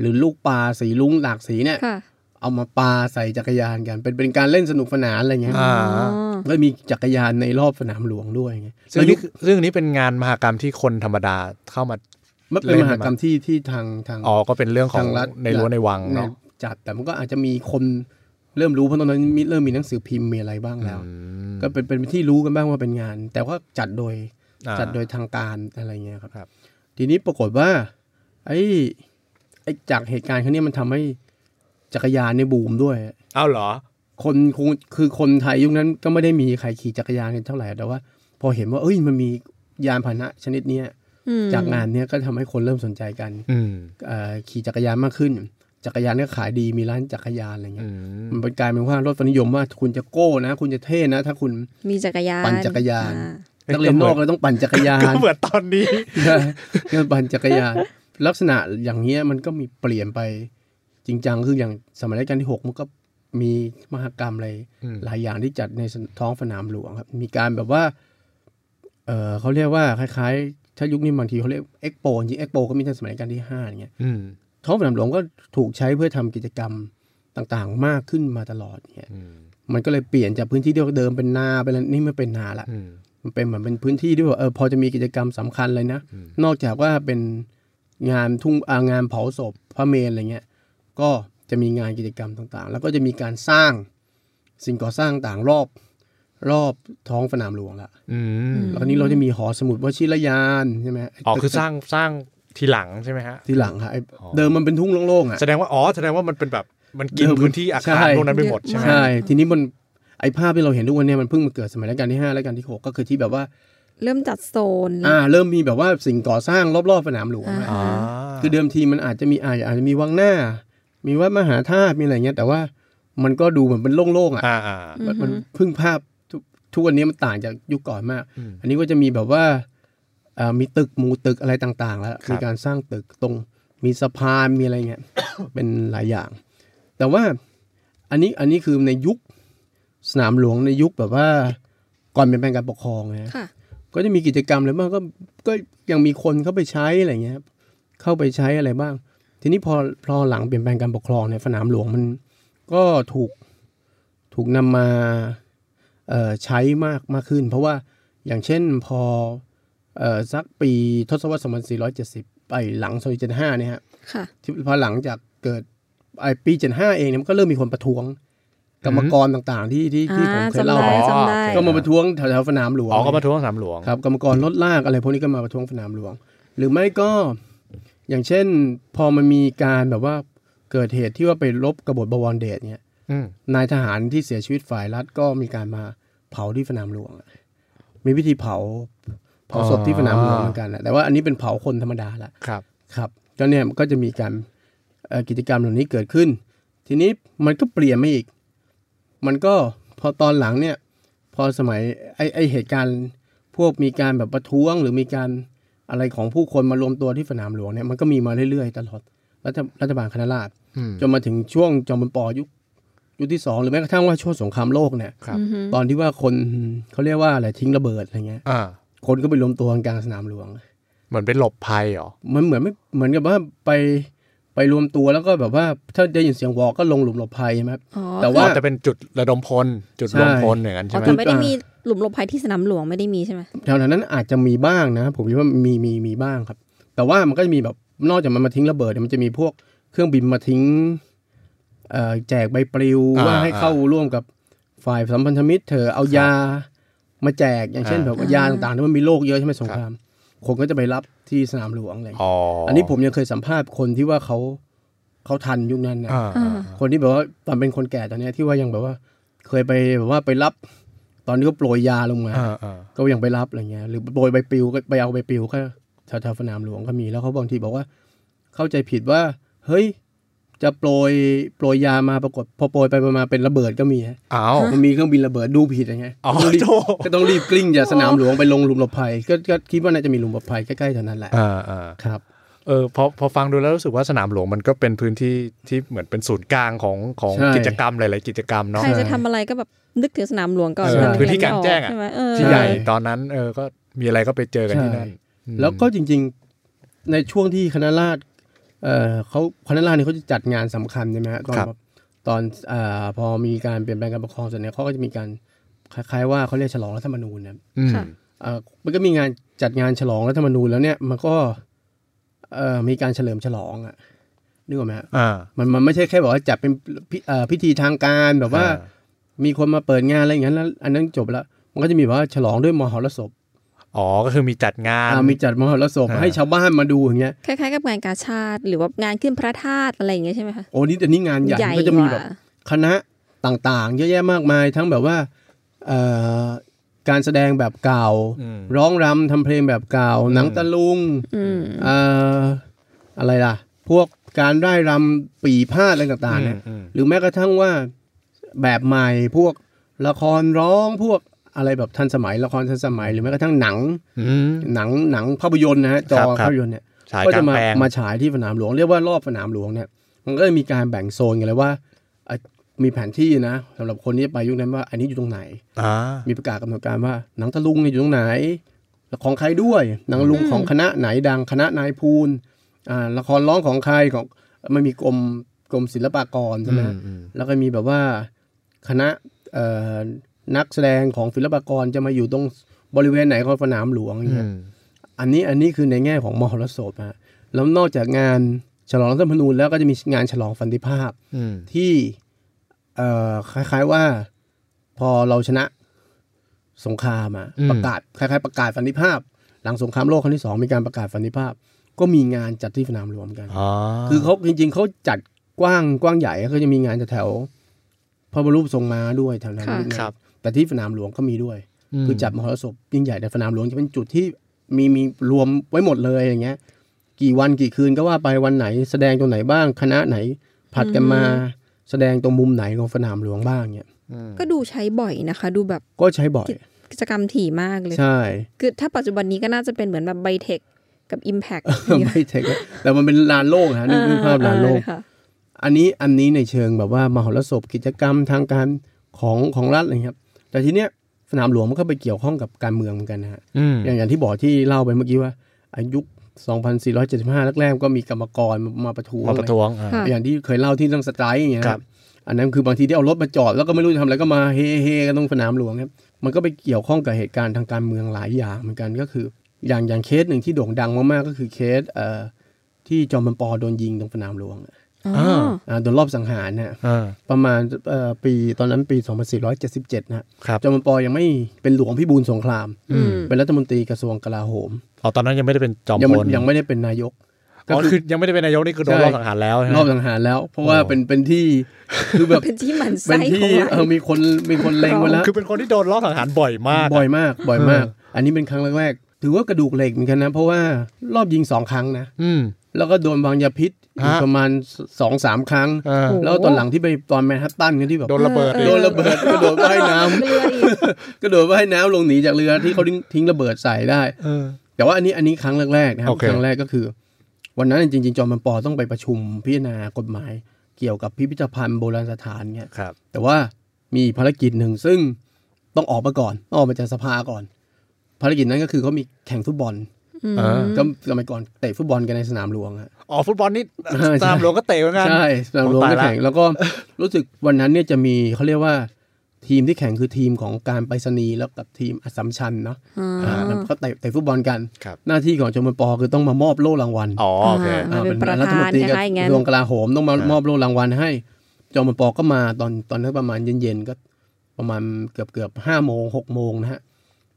หรือลูกปลาสีลุ้งหลากสีเนี่ย
ค่ะ
เอามาปลาใส่จักรยานกัน เป็นเป็นการเล่นสนุกสนานอะไรเงี้ย
อ่า
อ๋อ
แล้วมีจักรยานในรอบสนามหลวงด้วยไง
ซึ่ง
แล้วยุ
นี่
ค
คือซึ่งอันนี้เป็นงานมหกรรมที่คนธรรมดาเข้ามา
มันเป็น
เล่น
ม
มา
หากรรมที่ที่ทางทาง
อ๋อก็เป็นเรื่องของ
ทางรัฐ
ในรั้วในวังเนาะ
จัดแต่มันก็อาจจะมีคนเริ่มรู้เพราะตอนนั้นมีเริ่มมีหนังสือพิมพ์มีอะไรบ้างแล้ว
อืม
ก็เป็นเป็นที่รู้กันบ้างว่าเป็นงาน แต่ว่าจัดโดย
อ่า
จัดโดยทางการอะไรเงี้ยครับ
ครับ
ทีนี้ปรากฏว่าไอ้ไอ้จากเหตุการณ์ครั้งเนี้ยมันทำให้จักรยานในยบูมด้วย
เอ้าเหรอ
คนคงคือคนไทยยุคนั้นก็ไม่ได้มีใครขี่จักรยานกันเท่าไหร่แต่ว่า พอเห็นว่าเอ้ยมันมียานพาหนะชนิดเนี้ย
อืม
จากงานเนี้ยก็ทำให้คนเริ่มสนใจกัน
อืม
เอ่อขี่จักรยานมากขึ้น จักรยานก็ขายดีมีร้านจักรยานอะไรเงี้
อื
ย
ม
มันเป็นกลายเป็นว่ารถนิยมว่าคุณจะโก้นะ คุณจะเท่นะ ถ้าคุณ
มีจักรยาน
ปั่นจักรยาน
อ่
นักเรียนนอกเลยต้องปั่นจักรยาน
ก็เหมือนตอนนี้
ใช่ งานปั่นจักรยานลักษณะอย่างเงี้ยมันก็มีเปลี่ยนไปจริงจังคืออย่างสมัยรัชกาลที่หกมันก็มีมหกรรมอะไร
อืม
หลายอย่างที่จัดในท้องสนามหลวงครับ มีการแบบว่า เออเขาเรียกว่าคล้ายๆ ถ้ายุคนี้บางทีเขาเรียกเอ็กโปจริงเอ็กโปก็มีตั้งสมัยรัชกาลที่ห้าอย่างเงี้ย
อืม
ท้องสนามหลวงก็ถูกใช้เพื่อทำกิจกรรมต่างๆ มากขึ้นมาตลอดเนี่ย
อืม
มันก็เลยเปลี่ยนจากพื้นที่ที่เดิมเป็นนาเป็นอะไรนี่ไม่เป็นนาละ
อืม
มันเป็นเหมือนเป็นพื้นที่ที่แบบเออพอจะมีกิจกรรมสำคัญเลยนะ
อืม
นอกจากว่าเป็นงานทุ่งอ่างานเผาศพพระเมรุอะไรเงี้ย ก็จะมีงานกิจกรรมต่างๆ แล้วก็จะมีการสร้างสิ่งก่อสร้างต่างรอบ รอบท้องสนามหลวงละ
อืม
ม
แล้วคราวนี้เราจะมีหอสมุดวชิรยานใช่ไหมไ
อ๋อคือ
ตึก
สร้างสร้างทีหลังใช่ไหมฮะ
ทีหลังค่ะไอ้
อ๋อ
เดิมมันเป็นทุ่งโล่งๆอ่ะ
แสดงว่าอ๋อแสดงว่ามันเป็นแบบมันกิน
เดิม
พื้นที่อา
ใช่
คารพวกนั้นไปหมดใช่ไหม
ใช่ทีนี้มันไอ้ภาพที่เราเห็นทุกวันเนี่ยมันเพิ่งมาเกิดสมัยรัชกาลที่ห้ารัชกาลที่หกก็คือที่แบบว่า
เริ่มจัดโซนแล้ว
อ่า เริ่มมีแบบว่าสิ่งก่อสร้างรอบๆสนามหลวงอะ
อ๋อ
คือเดิมทีมันอาจจะมีอาจอาจจะมีวังหน้า มีวัดมหาธาตุมีอะไรเงี้ย แต่ว่ามันก็ดูเหมือนเป็นโล่งๆอ่ะ
อ่าอ่า
มันมัน
อือฮึ
พึ่งภาพทุกทุกวันนี้มันต่างจากยุคก่อนมาก
อืม
อันนี้ก็จะมีแบบว่าเอ่อมีตึกหมูตึกอะไรต่างๆ แล้
ค
ว
รับ
มีการสร้างตึกตรงมีสะพานมีอะไรเงี้ย เป็นหลายอย่าง แต่ว่าอันนี้อันนี้คือในยุคสนามหลวงในยุคแบบว่าก่อนเป็นแปลงการปกครองนะ
ค่ะ
ก็จะมีกิจกรรมอะไรบ้างก็ก็ยังมีคนเข้าไปใช้อะไรเงี้ยครับเข้าไปใช้อะไรบ้าง ทีนี้พอพอหลังเปลี่ยนแปลงการปกครองเนี่ยสนามหลวงมันก็ถูกถูกนำมาเอ่อใช้มากมากขึ้น เพราะว่าอย่างเช่นพอเอ่อสักปีทศวรรษ2470 ไปหลัง2475เนี่ยฮะ
ค่ะ
ที่พอหลังจากเกิดไอปี 75 เองเนี่ยมันก็เริ่มมีคนประท้วงกรรมกรต่างๆ ที่ที่ที่ผมเคยเล่า
อ่าจำได้
อะก็มาประท้วงแถวๆสนามหลวง
อ๋อก็มาทวงสนามหลวง
ครับกรรมกรลดลากอะไรพวกนี้ก็มาประท้วงสนามหลวง หรือไม่ก็อย่างเช่น พอมันมีการแบบว่าเกิดเหตุที่ว่าไปลบกบฏบวรเดชเนี่ย
อืม
นายทหารที่เสียชีวิตฝ่ายรัฐก็มีการมาเผาที่สนามหลวงอะมีพิธีเผาเผาศพที่สนามหลวงเหมือนกันแหละแต่ว่าอันนี้เป็นเผาคนธรรมดาละ
ครับ
ครับก็เนี่ยมันก็จะมีการเอ่อกิจกรรมเหล่านี้เกิดขึ้น ทีนี้มันก็เปลี่ยนมาอีก มันก็พอตอนหลังเนี่ย พอสมัยไอไอเหตุการณ์พวกมีการแบบประท้วง หรือมีการอะไรของผู้คนมารวมตัวที่สนามหลวงเนี่ยมันก็มีมาเรื่อยๆ ตลอดรัฐรัฐบาลคณะราษฎร
อืม
จนมาถึงช่วงจอมพลปยุคยุคที่สองหรือแม้กระทั่งว่าช่วงสงครามโลกเนี่ย
ครับ
อือฮึ
ตอนที่ว่าคนเขาเรียกว่าอะไรทิ้งระเบิดอะไรเงี้ย
อ่า
คนก็ไปรวมตัวกันกลางสนามหลวง
เหมือนเป็นหลบภัยเหรอ
มันเหมือนไม่เหมือนกับว่าไปไปรวมตัวแล้วก็แบบว่าถ้าได้ยินเสียงวอก็ลงหลุมหลบภัยใช่ไหมครับ
อ๋อ
แต่
ว่า
ว่า
จะเป็นจุดระดมพล จุด
ใช่
รวมพลอย่างนั้น
อ๋
ใช่
อ
ไหม
แต่ไม่ได้มีหลุมหลบภัยที่สนามหลวงไม่ได้มีใช่ไหม
แถวนั้นอาจจะมีบ้างนะ ผมคิดว่ามีมีมีบ้างครับ แต่ว่ามันก็จะมีแบบนอกจากมันมาทิ้งระเบิดเนี่ยมันจะมีพวกเครื่องบินมาทิ้งเอ่อแจกใบปลิวว่าให้เข้าร่วมกับฝ่ายสัมพันธมิตรเธอะเอายามาแจกอย่างเช่นแบบว่ายาต่างๆที่มันมีโรคเยอะใช่ไหมสงครามคนก็จะไปรับที่สนามหลวงอะไรอย่างเงี้ย
อ๋ออั
อันนี้ผมยังเคยสัมภาษณ์คนที่ว่าเขาเขาทันยุคนั้นนะ
อ่า
อ่า
คนที่แบบว่าตอนเป็นคนแก่ตอนเนี้ยที่ว่ายังแบบว่า เคยไปแบบว่าไปรับ ตอนนี้ก็โปรยยาลงมา
อ่าอ่า
ก็ยังไปรับอะไรเงี้ยหรือโปรยใบปลิวก็ไปเอาใบปลิวก็แถวๆสนามหลวงก็มีแล้วเขาบางทีบอกว่า เข้าใจผิดว่า เฮ้ย จะโปรยโปรยยามาปรากฏพอโปรยไปประมาณเป็นระเบิดก็มีฮะ
อ้าว
มันมีเครื่องบินระเบิดดูผิดอะไรเงี้ย
อ๋อโจ
ก็ต้องรีบกลิ้งจากสนามหลวงไปลงหลุมหลบภัยก็ก็คิดว่าน่าจะมีหลุมหลบภัยใกล้ๆแถวนั้นแหละ
อ่าอ่า
ครับ
เออพอพอฟังดูแล้วรู้สึกว่าสนามหลวงมันก็เป็นพื้นที่ที่เหมือนเป็นศูนย์กลางของของ
ใช่
กิจกรรมหลายๆกิจกรรมเนาะ
ใครจะทำอะไรก็แบบนึกถึงสนามหลวงก่อน
เออ
มันึ
พื้นที่กลางแจ้งอะ
ใช่ไหมเออ
ที่ใหญ่ตอนนั้นเออก็มีอะไรก็ไปเจอกันที่นั่น
ใช่ แล้วก็จริงๆ ในช่วงที่คณะราษฎรเอ่อเขาคณะราษฎรเนี่ยเขาจะจัดงานสำคัญใช่ไหมฮะตอนแบบตอนเอ่อพอมีการเปลี่ยนแปลงการปกครองเสร็จเนี่ยเขาก็จะมีการคล้ายๆว่าเขาเรียกฉลองรัฐธรรมนูญนะ
อืม
ค่ะ
เอ่อมันก็มีงานจัดงานฉลองรัฐธรรมนูญแล้วเนี่ยมันก็เอ่อมีการเฉลิมฉลองอ่ะนึกออกไหมฮะ
อ่า
มันมันไม่ใช่แค่บอกว่าจัดเป็นพิเอ่อพิธีทางการแบบว่า มีคนมาเปิดงานอะไรอย่างนั้นแล้วอันนั้นจบแล้วมันก็จะมีแบบว่าฉลองด้วยมหรสพ
อ๋อก็คือมีจัดงาน
อ่ามีจัดมหรสพ
อ่า
ให้ชาวบ้านมาดูอย่างเงี้ย
คล้ายๆกับงานกาชาติหรือว่างานขึ้นพระธาตุอะไรอย่างเงี้ยใช่ไหมคะ
โอ้นี่แต่นี่งานใหญ่มันก็จะมีแบบคณะต่างๆ เยอะแยะมากมาย ทั้งแบบว่าเอ่อการแสดงแบบเก่า
อืม
ร้องรำทำเพลงแบบเก่า หนังตะลุง
อืม
เอ่ออะไรล่ะ พวกการร่ายรำปีพาดอะไรต่างๆเนี่ย
อืม
หรือแม้กระทั่งว่าแบบใหม่พวกละครร้องพวกอะไรแบบทันสมัยละครทันสมัย หรือแม้กระทั่งหนัง
อืม
หนังหนังภาพยนตร์นะฮะจอ
ครับครับ
ภาพยนตร์เนี่ย
ฉาย
ก็
กลา
จะ
ง
มา
แปลง
มาฉายที่สนามหลวง เรียกว่ารอบสนามหลวงเนี่ย มันก็จะมีการแบ่งโซนกันเลยว่าเอ่อมีแผนที่นะสำหรับคนที่จะไปยุคนั้นว่า อันนี้อยู่ตรงไหน
อ่า
มีประกาศกำหนดการว่าหนังตะลุงเนี่ยอยู่ตรงไหนแล้วของใครด้วยหนังลุงของคณะไหนดังคณะนายพูนอ่าละครร้องของใครของ มันมีกรมกรมศิลปากรใช่ไหม
อื
ฮะ
มอืม
แล้วก็มีแบบว่าคณะเอ่อนักแสดงของศิลปากรจะมาอยู่ตรงบริเวณไหนของสนามหลวงอย่าง
อื
เงี้ย
ม
อันนี้อันนี้คือในแง่ของมหรสพฮะแล้วนอกจากงานฉลองรัฐธรรมนูญแล้วก็จะมีงานฉลองสันติภาพ
อืม
ที่เอ่อคล้ายๆว่าพอเราชนะสงครามอะประกาศคล้ายๆ ประกาศสันติภาพ หลังสงครามโลกครั้งที่สองมีการประกาศสันติภาพ ก็มีงานจัดที่สนามหลวงกัน
อ๋อ
คือเขาจริงๆเขาจัดกว้างกว้างใหญ่ก็จะมีงานแถวๆพระบรมรูปทรงม้าด้วยแถวนั้น
ค่ะ
ด้วยนะครับ แต่ที่สนามหลวงก็มีด้วย
ม
คือจัดมหรสพยิ่งใหญ่แต่สนามหลวงจะเป็นจุดที่มีมีรวมไว้หมดเลยอย่างเงี้ย กี่วันกี่คืนก็ว่าไปวันไหน แสดงตรงไหนบ้างคณะไหนผัดกันมา แสดงตรงมุมไหนของสนามหลวงบ้างเนี่ย
อืม
ก็ดูใช้บ่อยนะคะ ดูแบบ
ก็ใช้บ่อย
กิจกรรมถี่มากเลย
ใช่
คือถ้าปัจจุบันนี้ก็น่าจะเป็นเหมือนแบบไบเทคกับ Impact
ไม่เทคแต่มันเป็นลานโล่ง ฮะนึกนึกภาพลานโล่ง
ค่ะ
อันนี้อันนี้ในเชิงแบบว่ามหรสพกิจกรรมทางการของของรัฐอะไรเงี้ยครับ แต่ทีเนี้ยสนามหลวงมันก็ไปเกี่ยวข้องกับการเมืองเหมือนกันนะฮะ
อืม
อย่างอย่างที่บอกที่เล่าไปเมื่อกี้ว่าอายุค2475แรกๆก็มีกรรมกรมามาประท้วง
มาประท้วงอ่า
ค่ะ
อย่างที่เคยเล่าที่เรื่องสไตร์อย่างเงี้ย
ค
ค
รั
รับ บอันนั้นคือบางทีที่เอารถมาจอดแล้วก็ไม่รู้จะทำอะไรก็มาเฮเฮกันตรงสนามหลวงครับมันก็ไปเกี่ยวข้องกับเหตุการณ์ทางการเมืองหลายอย่างเหมือนกันก็คือ อย่างอย่างเคสหนึ่งที่โด่งดังมากๆก็คือเคสเอ่อที่จอมพลปอโดนยิงตรงสนามหลวงอะ
อ๋อ
อ่าโดนรอบสังหารนะฮะ
อ่า
ประมาณเอ่อปีตอนนั้นปี 2477 นะฮะ
ครับ
จอมพลปอยังไม่เป็นหลวงพิบูลสงคราม
อืม
เป็นรัฐมนตรีกระทรวงกลาโหม
อ๋อตอนนั้นยังไม่ได้เป็นจอม
ยัง
พ
ไม่
ล
ยังไม่ได้เป็นนายก
อ๋อคือยังไม่ได้เป็นนายกนี่คือโดน
ใช่
รอบสังหารแล้วใช่ไหม
รอบสังหารแล้ว เพราะว่า
โอ้
เป็นเป็นที่ คือแบบ
เป็นที่หมัน
เป็
ไส้
น
ขอ
ที่
ง
เอ
เรา
อมีคนมีคนเล็งไว้แล้ว
คือเป็นคนที่โดนรอบสังหารบ่อยมาก
บ่อยมากบ่อยมาก
เอ
อันนี้เป็นครั้งแรกๆถือว่ากระดูกเหล็กเหมือนกันนะ เพราะว่ารอบยิงสองครั้งนะ
อืม
แล้วก็โดนวางยาพิษอยู่
ฮะ
ประมาณสองสามครั้ง
อ่า
โอ้
แล้วตอนหลังที่ไปตอนแมนฮัตตันเนี่ยที่แบบ
โดนระเบิดอีก
โดนระเบิดกระโดดว่ายน้ำ
เรืออีก
กระโดดว่ายน้ำลงหนีจากเรือที่เขาทิ้งทิ้งระเบิดใส่ได้
เออ
แต่ว่าอันนี้อันนี้ครั้งแรกๆนะครับ
โอเค
ครั้งแรกก็คือ วันนั้นจริงๆจอมพลปอต้องไปประชุมพิจารณากฎหมาย เกี่ยวกับพิพิธภัณฑ์โบราณสถานเนี่ย
ครับ
แต่ว่ามีภารกิจหนึ่งซึ่งต้องออกมาก่อนต้องออกมาจากสภาก่อน ภารกิจนั้นก็คือเขามีแข่งฟุตบอล
อืม
อ่า
ก็สมัยก่อนเตะฟุตบอลกันในสนามหลวงอะ
อ๋อฟุตบอลนี่
ใช่
ตามหลวงก็เตะเหมือนกัน
ใช่สนามหลวง
โอ้ตาย
ก็
ละ
แข่งแล้วก็รู้สึกวันนั้นเนี่ยจะมีเขาเรียกว่าทีมที่แข่งคือทีมของการไปรษณีย์แล้วกับทีมอัสสัมชัญเนาะ
อ่า
อ่ามันก็เตะเตะฟุตบอลกัน
ครับ
หน้าที่ของจอมพลปอคือต้องมามอบโล่รางวัล
อ๋อโอเค
า มันเป็นประธาน
รัฐมนตรี
ค
กระ
ล้ายๆอย่างนั้น
ทรวงกลาโหมต้องมา
อ่าม
มอบโล่รางวัลให้ จอมพลปอก็มาตอนตอนนั้นประมาณเย็นๆก็ประมาณเกือบเกือบห้าโมงหกโมงนะฮะ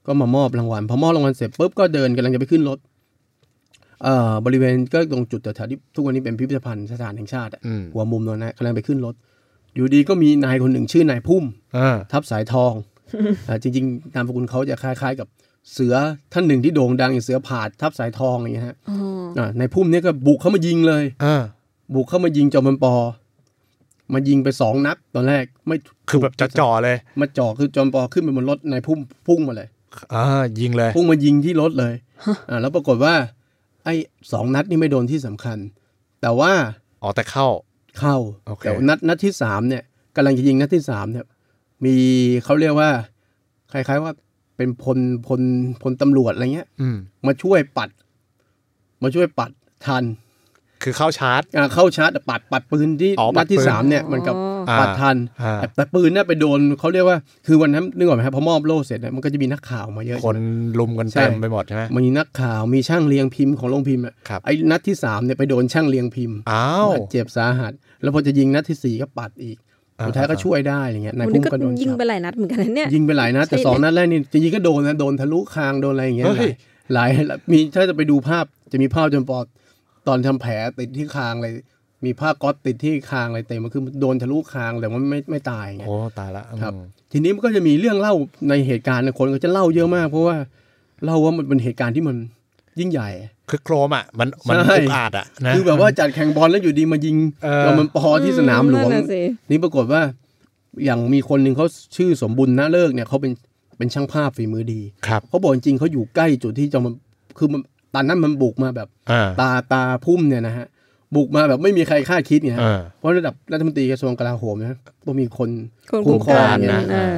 ก็มามอบรางวัลพอมอบรางวัลเสร็จปุ๊บก็เดินกำลังจะไปขึ้นรถเอ่อบริเวณก็ตรงจุดแถวๆที่ทุกวันนี้เป็นพิพิธภัณฑ์สถานแห่งชาติอะ
อืม
หัวมุมตรงนั้นนะกำลังไปขึ้นรถ อยู่ดีก็มีนายคนหนึ่งชื่อนายพุ่ม
อ่า
ทับสายท องอ่าจริง ๆ นามสกุลเขาจะคล้าย ๆ กับเสือท่านหนึ่งที่โด่งดังอย่างเสือผาดทับสายทองอย่างเงี้ยฮะ
อ๋อ
อ่าในพุ่มเนี้ยก็บุกเข้ามายิงเลย
อ่า
บุกเข้ามายิงจอมพลปอ มายิงไปสองนัดตอนแรกไม่
คือแบบจะจ่อเลย
มาจ่อคือจอมปอขึ้นไปบนรถในายพุ่มพุ่งมาเลย
อ่ายิงเลย
พุ่งมายิงที่รถเลยอ่าแล้วปรากฏว่า ไอ้สองนัดนี่ไม่โดนที่สำคัญ แต่ว่า
อ๋อแต่เข้า
เข้า
โอเค
แต่ว่านัดนัดที่สามเนี่ยกำลังจะยิงนัดที่สามเนี่ยมีเขาเรียกว่าคล้ายๆว่าเป็นพลพลพลตำรวจอะไรเงี้ย
อืม
มาช่วยปัด มาช่วยปัดทัน
คือเข้าชาร์จ
อ่าเข้าชาร์จปัดปัดปืนที่
อ๋อปั
นั
ด
ด
ปื
ที่
น
สามเนี่ยมันกับ
อ่า
ปัดทัน
อ่า
แต่แต่ปืนเนี่ยไปโดนเขาเรียกว่า คือวันนั้นนึกออกไหมครับพอมอบโล่เสร็จเนี่ยมันก็จะมีนักข่าวมาเยอะ
คนลุมกัน
ใช่
เต็มไปหมดใช่ไหม
มีนักข่าวมีช่างเรียงพิมพ์ของโรงพิมพ์อะ
ครับ
ไอ้นัดที่สามเนี่ยไปโดนช่างเรียงพิมพ์
อ้าว
บาดเจ็บสาหัส แล้วพอจะยิงนัดที่สี่ก็ปัดอีกสุดท้ายก็ช่วยได้อะไรเงี้ยนาย
วัน
พุ่
นี้
ม
ก็
ก็โดน
ยิง
จับ
ไปหลายนัดเหมือนกันนะเนี่ย
ยิงไปหลายนัดแต่
ใช่
สองนัดแรกนี่จริงๆก็โดนนะโดนทะลุคางโดนอะไรอย่างเงี้ย
เฮ้ย
หลายหลายมีถ้าจะไปดูภาพจะมีภาพจนปอดตอนทำแผลติดที่คางเลยมีผ้าก๊อตติดที่คางอะไรเต็มมันคือโดนทะลุคางแต่ว่าไม่ไม่ตายไง
โอ้ตายละอืม
ครับ ทีนี้มันก็จะมีเรื่องเล่าในเหตุการณ์นะคนก็จะเล่าเยอะมากเพราะว่าเล่าว่ามันเป็นเหตุการณ์ที่มันยิ่งใหญ่
คือโครมอ่ะ มันมัน
ใช่
อุกอาจอ่ะนะ
คือแบบว่าจัดแข่งบอลแล้วอยู่ดีมายิง
เออ
เรามันปอที่สนามหลวง
นั่นน่ะสิ
นี่ปรากฏว่าอย่างมีคนหนึ่งเขาชื่อสมบุญนาเลิกเนี่ยเขาเป็นเป็นช่างภาพฝีมือดี
ครับ
เขาบอกจริงๆเขาอยู่ใกล้จุดที่จะมันคือมันตอนนั้นมันบุกมาแบบ
อ่า
ตาตาพุ่มเนี่ยนะฮะบุกมาแบบไม่มีใครคาดคิดเนี่ยฮะ
อ่า
เพราะระดับรัฐมนตรีกระทรวงกลาโหมนะต้องมีคน
คน
คุ้
คุ้ม
มกั
กัน
นนะ
เออ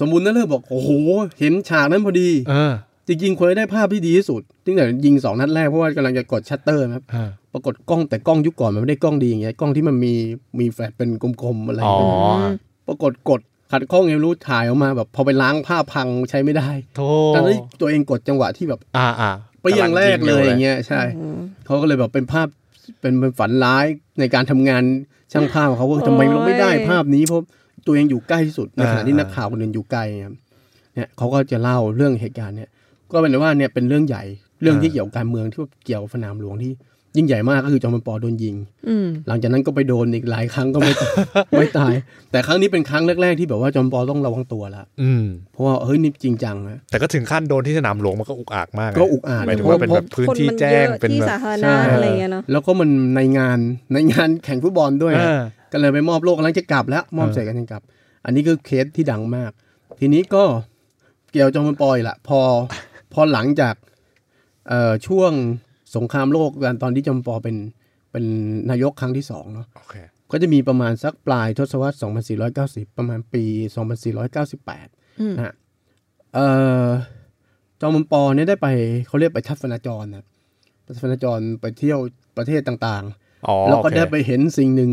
สมบูรณ์นั่นเลยบอกโอ้โห เห็นฉากนั้นพอดี
เออ
จ จริงๆควรจะได้ภาพที่ดีที่สุดตั้งแต่ยิงสองนัดแรกเพราะว่ากำลังจะกดชัตเตอร์นะครับ
อ่า
ปรากฏกล้องแต่กล้องยุคก่อนมันไม่ได้กล้องดีอย่างเงี้ยกล้องที่มันมีมีแฟลชเป็นกลมๆอะไร
อ๋อ
เงี้ยปรากฏกดขัดข้องไงไม่รู้ถ่ายออกมาแบบพอไปล้างภาพพังใช้ไม่ได้
โท
ตอนนี้ตัวเองกดจังหวะที่แบบ
อ่าอ่า
เปรี้ยงแรกเลยอย่างเงี้ยใช่
อืม
เขาก็เลยแบบเป็นภาพเป็นเป็นฝันร้ายในการทำงานช่างภาพของเขาว่าทำไม
โอ้ย
เราไม่ได้ภาพนี้เพราะตัวเองอยู่ใกล้ที่สุดในขณะที่นักข่าวคนอื่นอยู่ไกลครับเนี่ยเขาก็จะเล่าเรื่องเหตุการณ์เนี่ย ก็เป็นว่าเนี่ยเป็นเรื่องใหญ่เรื่องที่เกี่ยวกับการเมืองที่เกี่ยวกับสนามหลวงที่ยิ่งใหญ่มากก็คือจอมพลปโดนยิง
อืม
หลังจากนั้นก็ไปโดนอีกหลายครั้งก็ไม่ตาย ไม่ตาย แต่ครั้งนี้เป็นครั้งแรก ๆ ที่แบบว่าจอมปอต้องระวังตัวละ
อืม
เพราะว่าเฮ้ยนี่จริงจังนะ
แต่ก็ถึงขั้นโดนที่สนามหลวงมันก็อุกอาจมากนะ
ก็อุกอาจ
หมายถึงว่าเป็นแบบพื้นที่แจ้ง
คมัยอะ
เป็น
ที่
แบ
สา
บ
ธารณะอะไรเงี้ยเนาะ
แล้วก็มันในงานในงาน แข่งฟุตบอลด้วย
เอ
นะ
อ
ก็เลยไปมอบโลกกำลังจะกลับแล้ว มอบ
เออ
เสร็จกันยังกลับ อันนี้คือเคสที่ดังมาก ทีนี้ก็เกี่ยวจอมปอยละพอ พอหลังจากเอ่อช่วงสงครามโลกตอนที่จอมปอเป็นเป็นนายกครั้งที่สองเนาะ
โอเค
ก็จะมีประมาณสักปลายทศวรรษ 2490 ประมาณปี 2498
อืม
นะฮะเอ่อจอมพลปอเนี่ยได้ไปเขาเรียกไปทัศนจรนะทัศนจรไปเที่ยวประเทศต่าง
อ๋อ
ๆ แล้วก็
โอเค
ได้ไปเห็นสิ่งหนึ่ง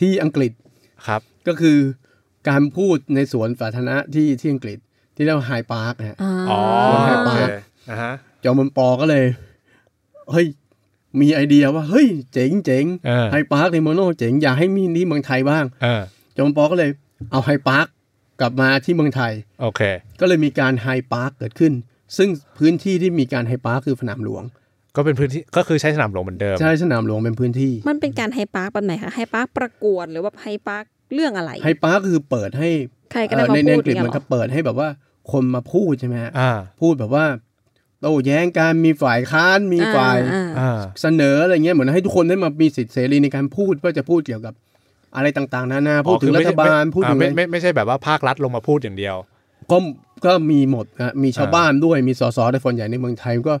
ที่อังกฤษ
ครับ
ก็คือการพูดในสวนสาธารณะที่ที่อังกฤษที่เรียกว่าไฮพาร์คนะฮะ
า
อ๋อ
แค่
โอ
ปา
เคอ่าฮะ
จอมพลปอก็เลย เฮ้ย มีไอเดียว่า เฮ้ย เจ๋งเจ๋ง
เออ
ไฮพาร์คในโมโนเจ๋งอยากให้มีที่เมืองไทยบ้าง
เออ
จอมปอก็เลยเอาไฮพาร์คกลับมาที่เมืองไทย
โอเค
ก็เลยมีการไฮพาร์คเกิดขึ้น ซึ่งพื้นที่ที่มีการไฮพาร์คคือสนามหลวง
ก็เป็นพื้นที่ก็คือใช้สนามหลวงเหมือนเดิม
ใช่สนามหลวงเป็นพื้นที่
มันเป็นการไฮปาร์คแบบไหนคะไฮปาร์คประกวดหรือว่าไฮปาร์คเรื่องอะไร
ไฮพาร์คคือเปิดให้
ใครก็
เอ่
ได้
อ
มา
ในใน
พู
อั
ด
งกฤษ
เนี่ย
มัน
หร
ก็
อ
เปิดให้แบบว่าคนมาพูดใช่ไหมฮะ
อ่า
พูดแบบว่าโต้แย้งกันมีฝ่ายค้านมีฝ่าย
อ่อ่า
อ่า
เสนออะไรเงี้ยเหมือนให้ทุกคนได้มามีสิทธิเสรีในการพูดว่าจะพูดเกี่ยวกับอะไรต่างๆนานาพูดถึง
อ๋อคือ
รั
ไม่
ฐ
ใช่
บาล
ไม่
พูดถึงอะ
อ่า
ไร
ไม่ไม่ไม่ใช่แบบว่าภาครัฐลงมาพูดอย่างเดียว
ก็ก็มีหมดนะมีชาว
อ่า
บ้านด้วยมีสสแต่ส่วนใหญ่ในเมืองไทยก็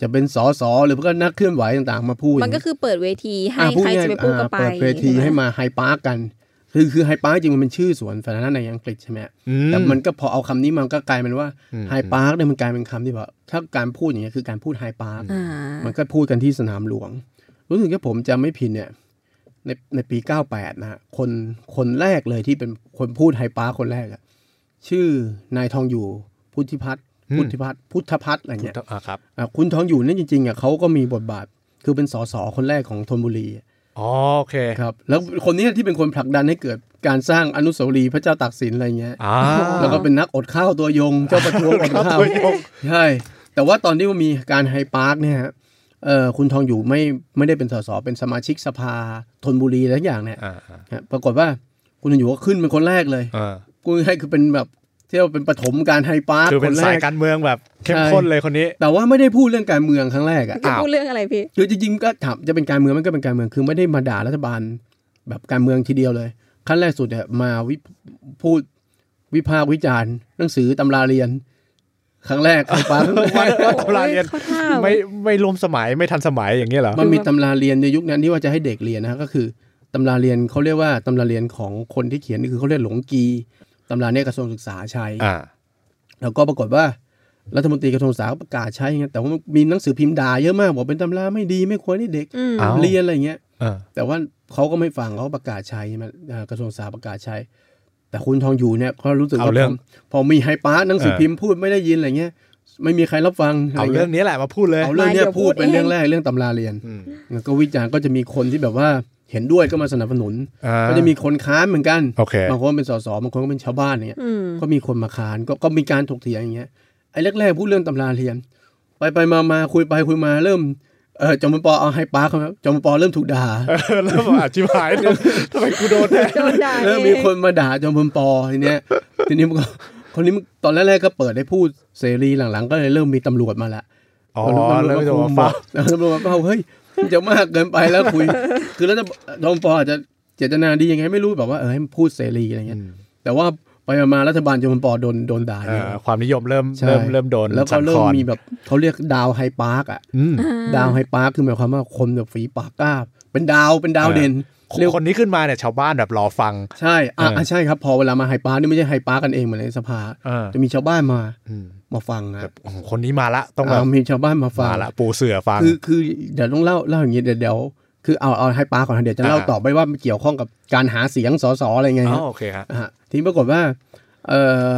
จะเป็นสสหรือก็นักเคลื่อนไหวต่างๆ มาพูด
มันก็คือเปิดเวทีให้
อ่าพูด
ใคร
ง่าย
จะไป
ๆ
พูดก็
อ่า
ไป
เปิดเวที
ช่ไ
ให้มาไฮปาร์กกันคือคือไฮปาร์กจริงมันเป็นชื่อสวนสาธารณะในอังกฤษใช่ไหม
อื
แต่มันก็พอเอาคำนี้มันก็กลายเป็นว่าไฮปาร์กเนี่ยมันกลายเป็นคำที่แบบถ้าการพูดอย่างเงี้ยคือการพูดไฮปาร์ก
อ่า
มันก็พูดกันที่สนามหลวง รู้สึกว่าผมจำไม่ผิดเนี่ยในในปี 98 นะฮะคนคนแรกเลยที่เป็นคนพูดไฮปาร์คคนแรกอะชื่อนายทองอยู่พุทธิพัฒน์ พุทธิพัฒน์พุทธพัฒน์อะไรเงี้ย
อ่าครับ
อ่ะคุณทองอยู่เนี่ยจริงๆอ่ะเขาก็มีบทบาท คือเป็นสสคนแรกของธนบุรี
อ๋อโอเค
ครับแล้วคนเนี้ยที่เป็นคนผลักดันให้เกิดการสร้างอนุสาวรีย์พระเจ้าตากสินอะไรเงี้ย
อ่า
แล้วก็เป็นนักอดข้าวตัวยง เจ้าประท้วงอดข้าวใช่แต่ว่าตอนที่มันมีการไฮปาร์คเนี่ยฮะเอ่อคุณทองอยู่ไม่ไม่ได้เป็นสสเป็นสมาชิกสภาธนบุรีอะไรสักอย่างเนี่ย
อ่าอ่า
ฮะปรากฏว่าคุณทองอยู่ก็ขึ้นเป็นคนแรกเลย
เออ
กูให้คือเป็นแบบเที่ยวาเป็นปฐมการไฮปาร์ค
คือเป็น
แร
สาย
ก
การเมืองแบบเข้ม
ใช่
ข้นเลยคนนี้
แต่ว่าไม่ได้พูดเรื่องการเมืองครั้งแรกอะ
จะพูดเรื่องอะไรพี่
คือจริงๆก็ถามจะเป็นการเมืองมันก็เป็นการเมืองคือไม่ได้มาด่ารัฐบาลแบบการเมืองทีเดียวเลยขั้นแรกสุดเนี่ยมาวิพูดวิพากษ์วิจารณ์หนังสือตำราเรียน ค รั้งแรกไอ้ป้า
ว่าว่าตำราเรียน
เข้าท่า
ไม่ไม่รวมสมัยไม่ทันสมัยอย่างเงี้ยเหรอ
มันมีตำราเรียนในยุคนั้นที่ว่าจะให้เด็กเรียนนะฮะก็คือตำราเรียนเขาเรียกว่าตำราเรียนของคนที่เขียนนี่คือเขาเรียกหลงกีตำราเนี่ยกระทรวงศึกษาใช้
อ่า
แล้วก็ปรากฏว่ารัฐมนตรีกระทรวงศึกษาก็ประกาศใช้ไงแต่ว่ามันมีหนังสือพิมพ์ด่าเยอะมากบอกเป็นตำราไม่ดีไม่ควรให้เด็ก
อืม
เอ้า
เรียนอะไรอย่างเงี้ย
เออ
แต่ว่าเขาก็ไม่ฟังเขาประกาศใช้ใช่ไหมเอ่อกระทรวงศึกษาประกาศใช้ แต่คุณทองอยู่เนี่ยก็รู้สึก
เอา
ว่า
เรื่อง
พพอมีไฮปาร์คหนังสือ
เออ
พิมพ์พูดไม่ได้ยินอะไรเงี้ยไม่มีใครรับฟังะ
เอา
ไ
เรื่องนี้แหละมาพูดเลย
เอาเรื่องเนี้ยพูดเป็นเรื่องแรกเรื่องตำราเรียน
อืม
แล้วก็วิจารณ์ก็จะมีคนที่แบบว่าเห็นด้วยก็มาสนับสนุน
อ่า
ก็จะมีคนค้านเหมือนกัน
โอเค
บางคนเป็นสสบางคนก็เป็นชาวบ้านเนี่ย
อืม
ก็มีคนมาค้านก็ก็มีการถกเถียงอย่างเงี้ยไอ้แรกๆพูดเรื่องตำราเรียน ไปไปมามาคุยไปคุยมาเริ่มเออจอมพลปอเอาไฮปาร์คเข้ามาจอมพลปอเริ่มถูกด่า
เออแล้วแบบอธิ บายทำทำไมกูโดนแน่
โดนด่า
เริ่ม
เอ
มี
ง
คนมาด่าจอมพลปอทีเนี้ย ทีนี้มันก็คนนี้มันตอนแรกๆก็เปิดให้พูดเสรีหลังๆ ก็เลยเริ่มมีตำรวจมาละ
อ๋อ
ตำรวจ
แล้วไม่โดน
คุมหม
ฟ้า
ดตำรวจมาเฝ้าเฮ้ยมันจะมากเกินไปแล้วคุย คือแล้วจะจอมปออาจจะเจตนาดียังไงไม่รู้แบบว่าเออให้มันพูดเสรีอะไรเงี้ยแต่ว่าไปมาๆรัฐบาลจอมพลปอโดนโดนด่า
เอ
เย
อ
อะ
ความนิยมเริ่ม
ใช่
เริ่มเริ่มโดน
แล้วก็
สั่น
เริ่
คล
ม
อน
มีแบบเขาเรียกดาวไฮปาร์กอะ
อืม
อ่า
ดาวไฮปาร์คคือหมายความว่าคนแบบฝีปากกล้า เป็นดาวเป็นดาว
เออ
เด่น เรียก
คนนี้ขึ้นมาเนี่ยชาวบ้านแบบรอฟัง
ใช่
เอออ่
อ่ะะใช่ครับ พอเวลามาไฮปาร์คนี่ไม่ใช่ไฮปาร์คกันเองเหมือนในสภา
เออ
จะมีชาวบ้านมา
อืม
มาฟังนะ
แบบโอ้โหคนนี้มาละต้องแบบ
อ่ะมีชาวบ้านมาฟัง
มาละปูเสือฟัง
คือคือเดี๋ยวต้องเล่าเล่าอย่างนี้เดี๋ยวเดี๋ยวคือเอาเอาไฮปาร์คก่อนนะเดี๋ยวจะเล่า
อ่า
ต่อไปว่ามันเกี่ยวข้องกับการหาเสียงสสอะไรไง
อ๋
ค
อ
รับ
โอเคฮะ
อ่ะทีนี้ปรากฏว่าเอ่อ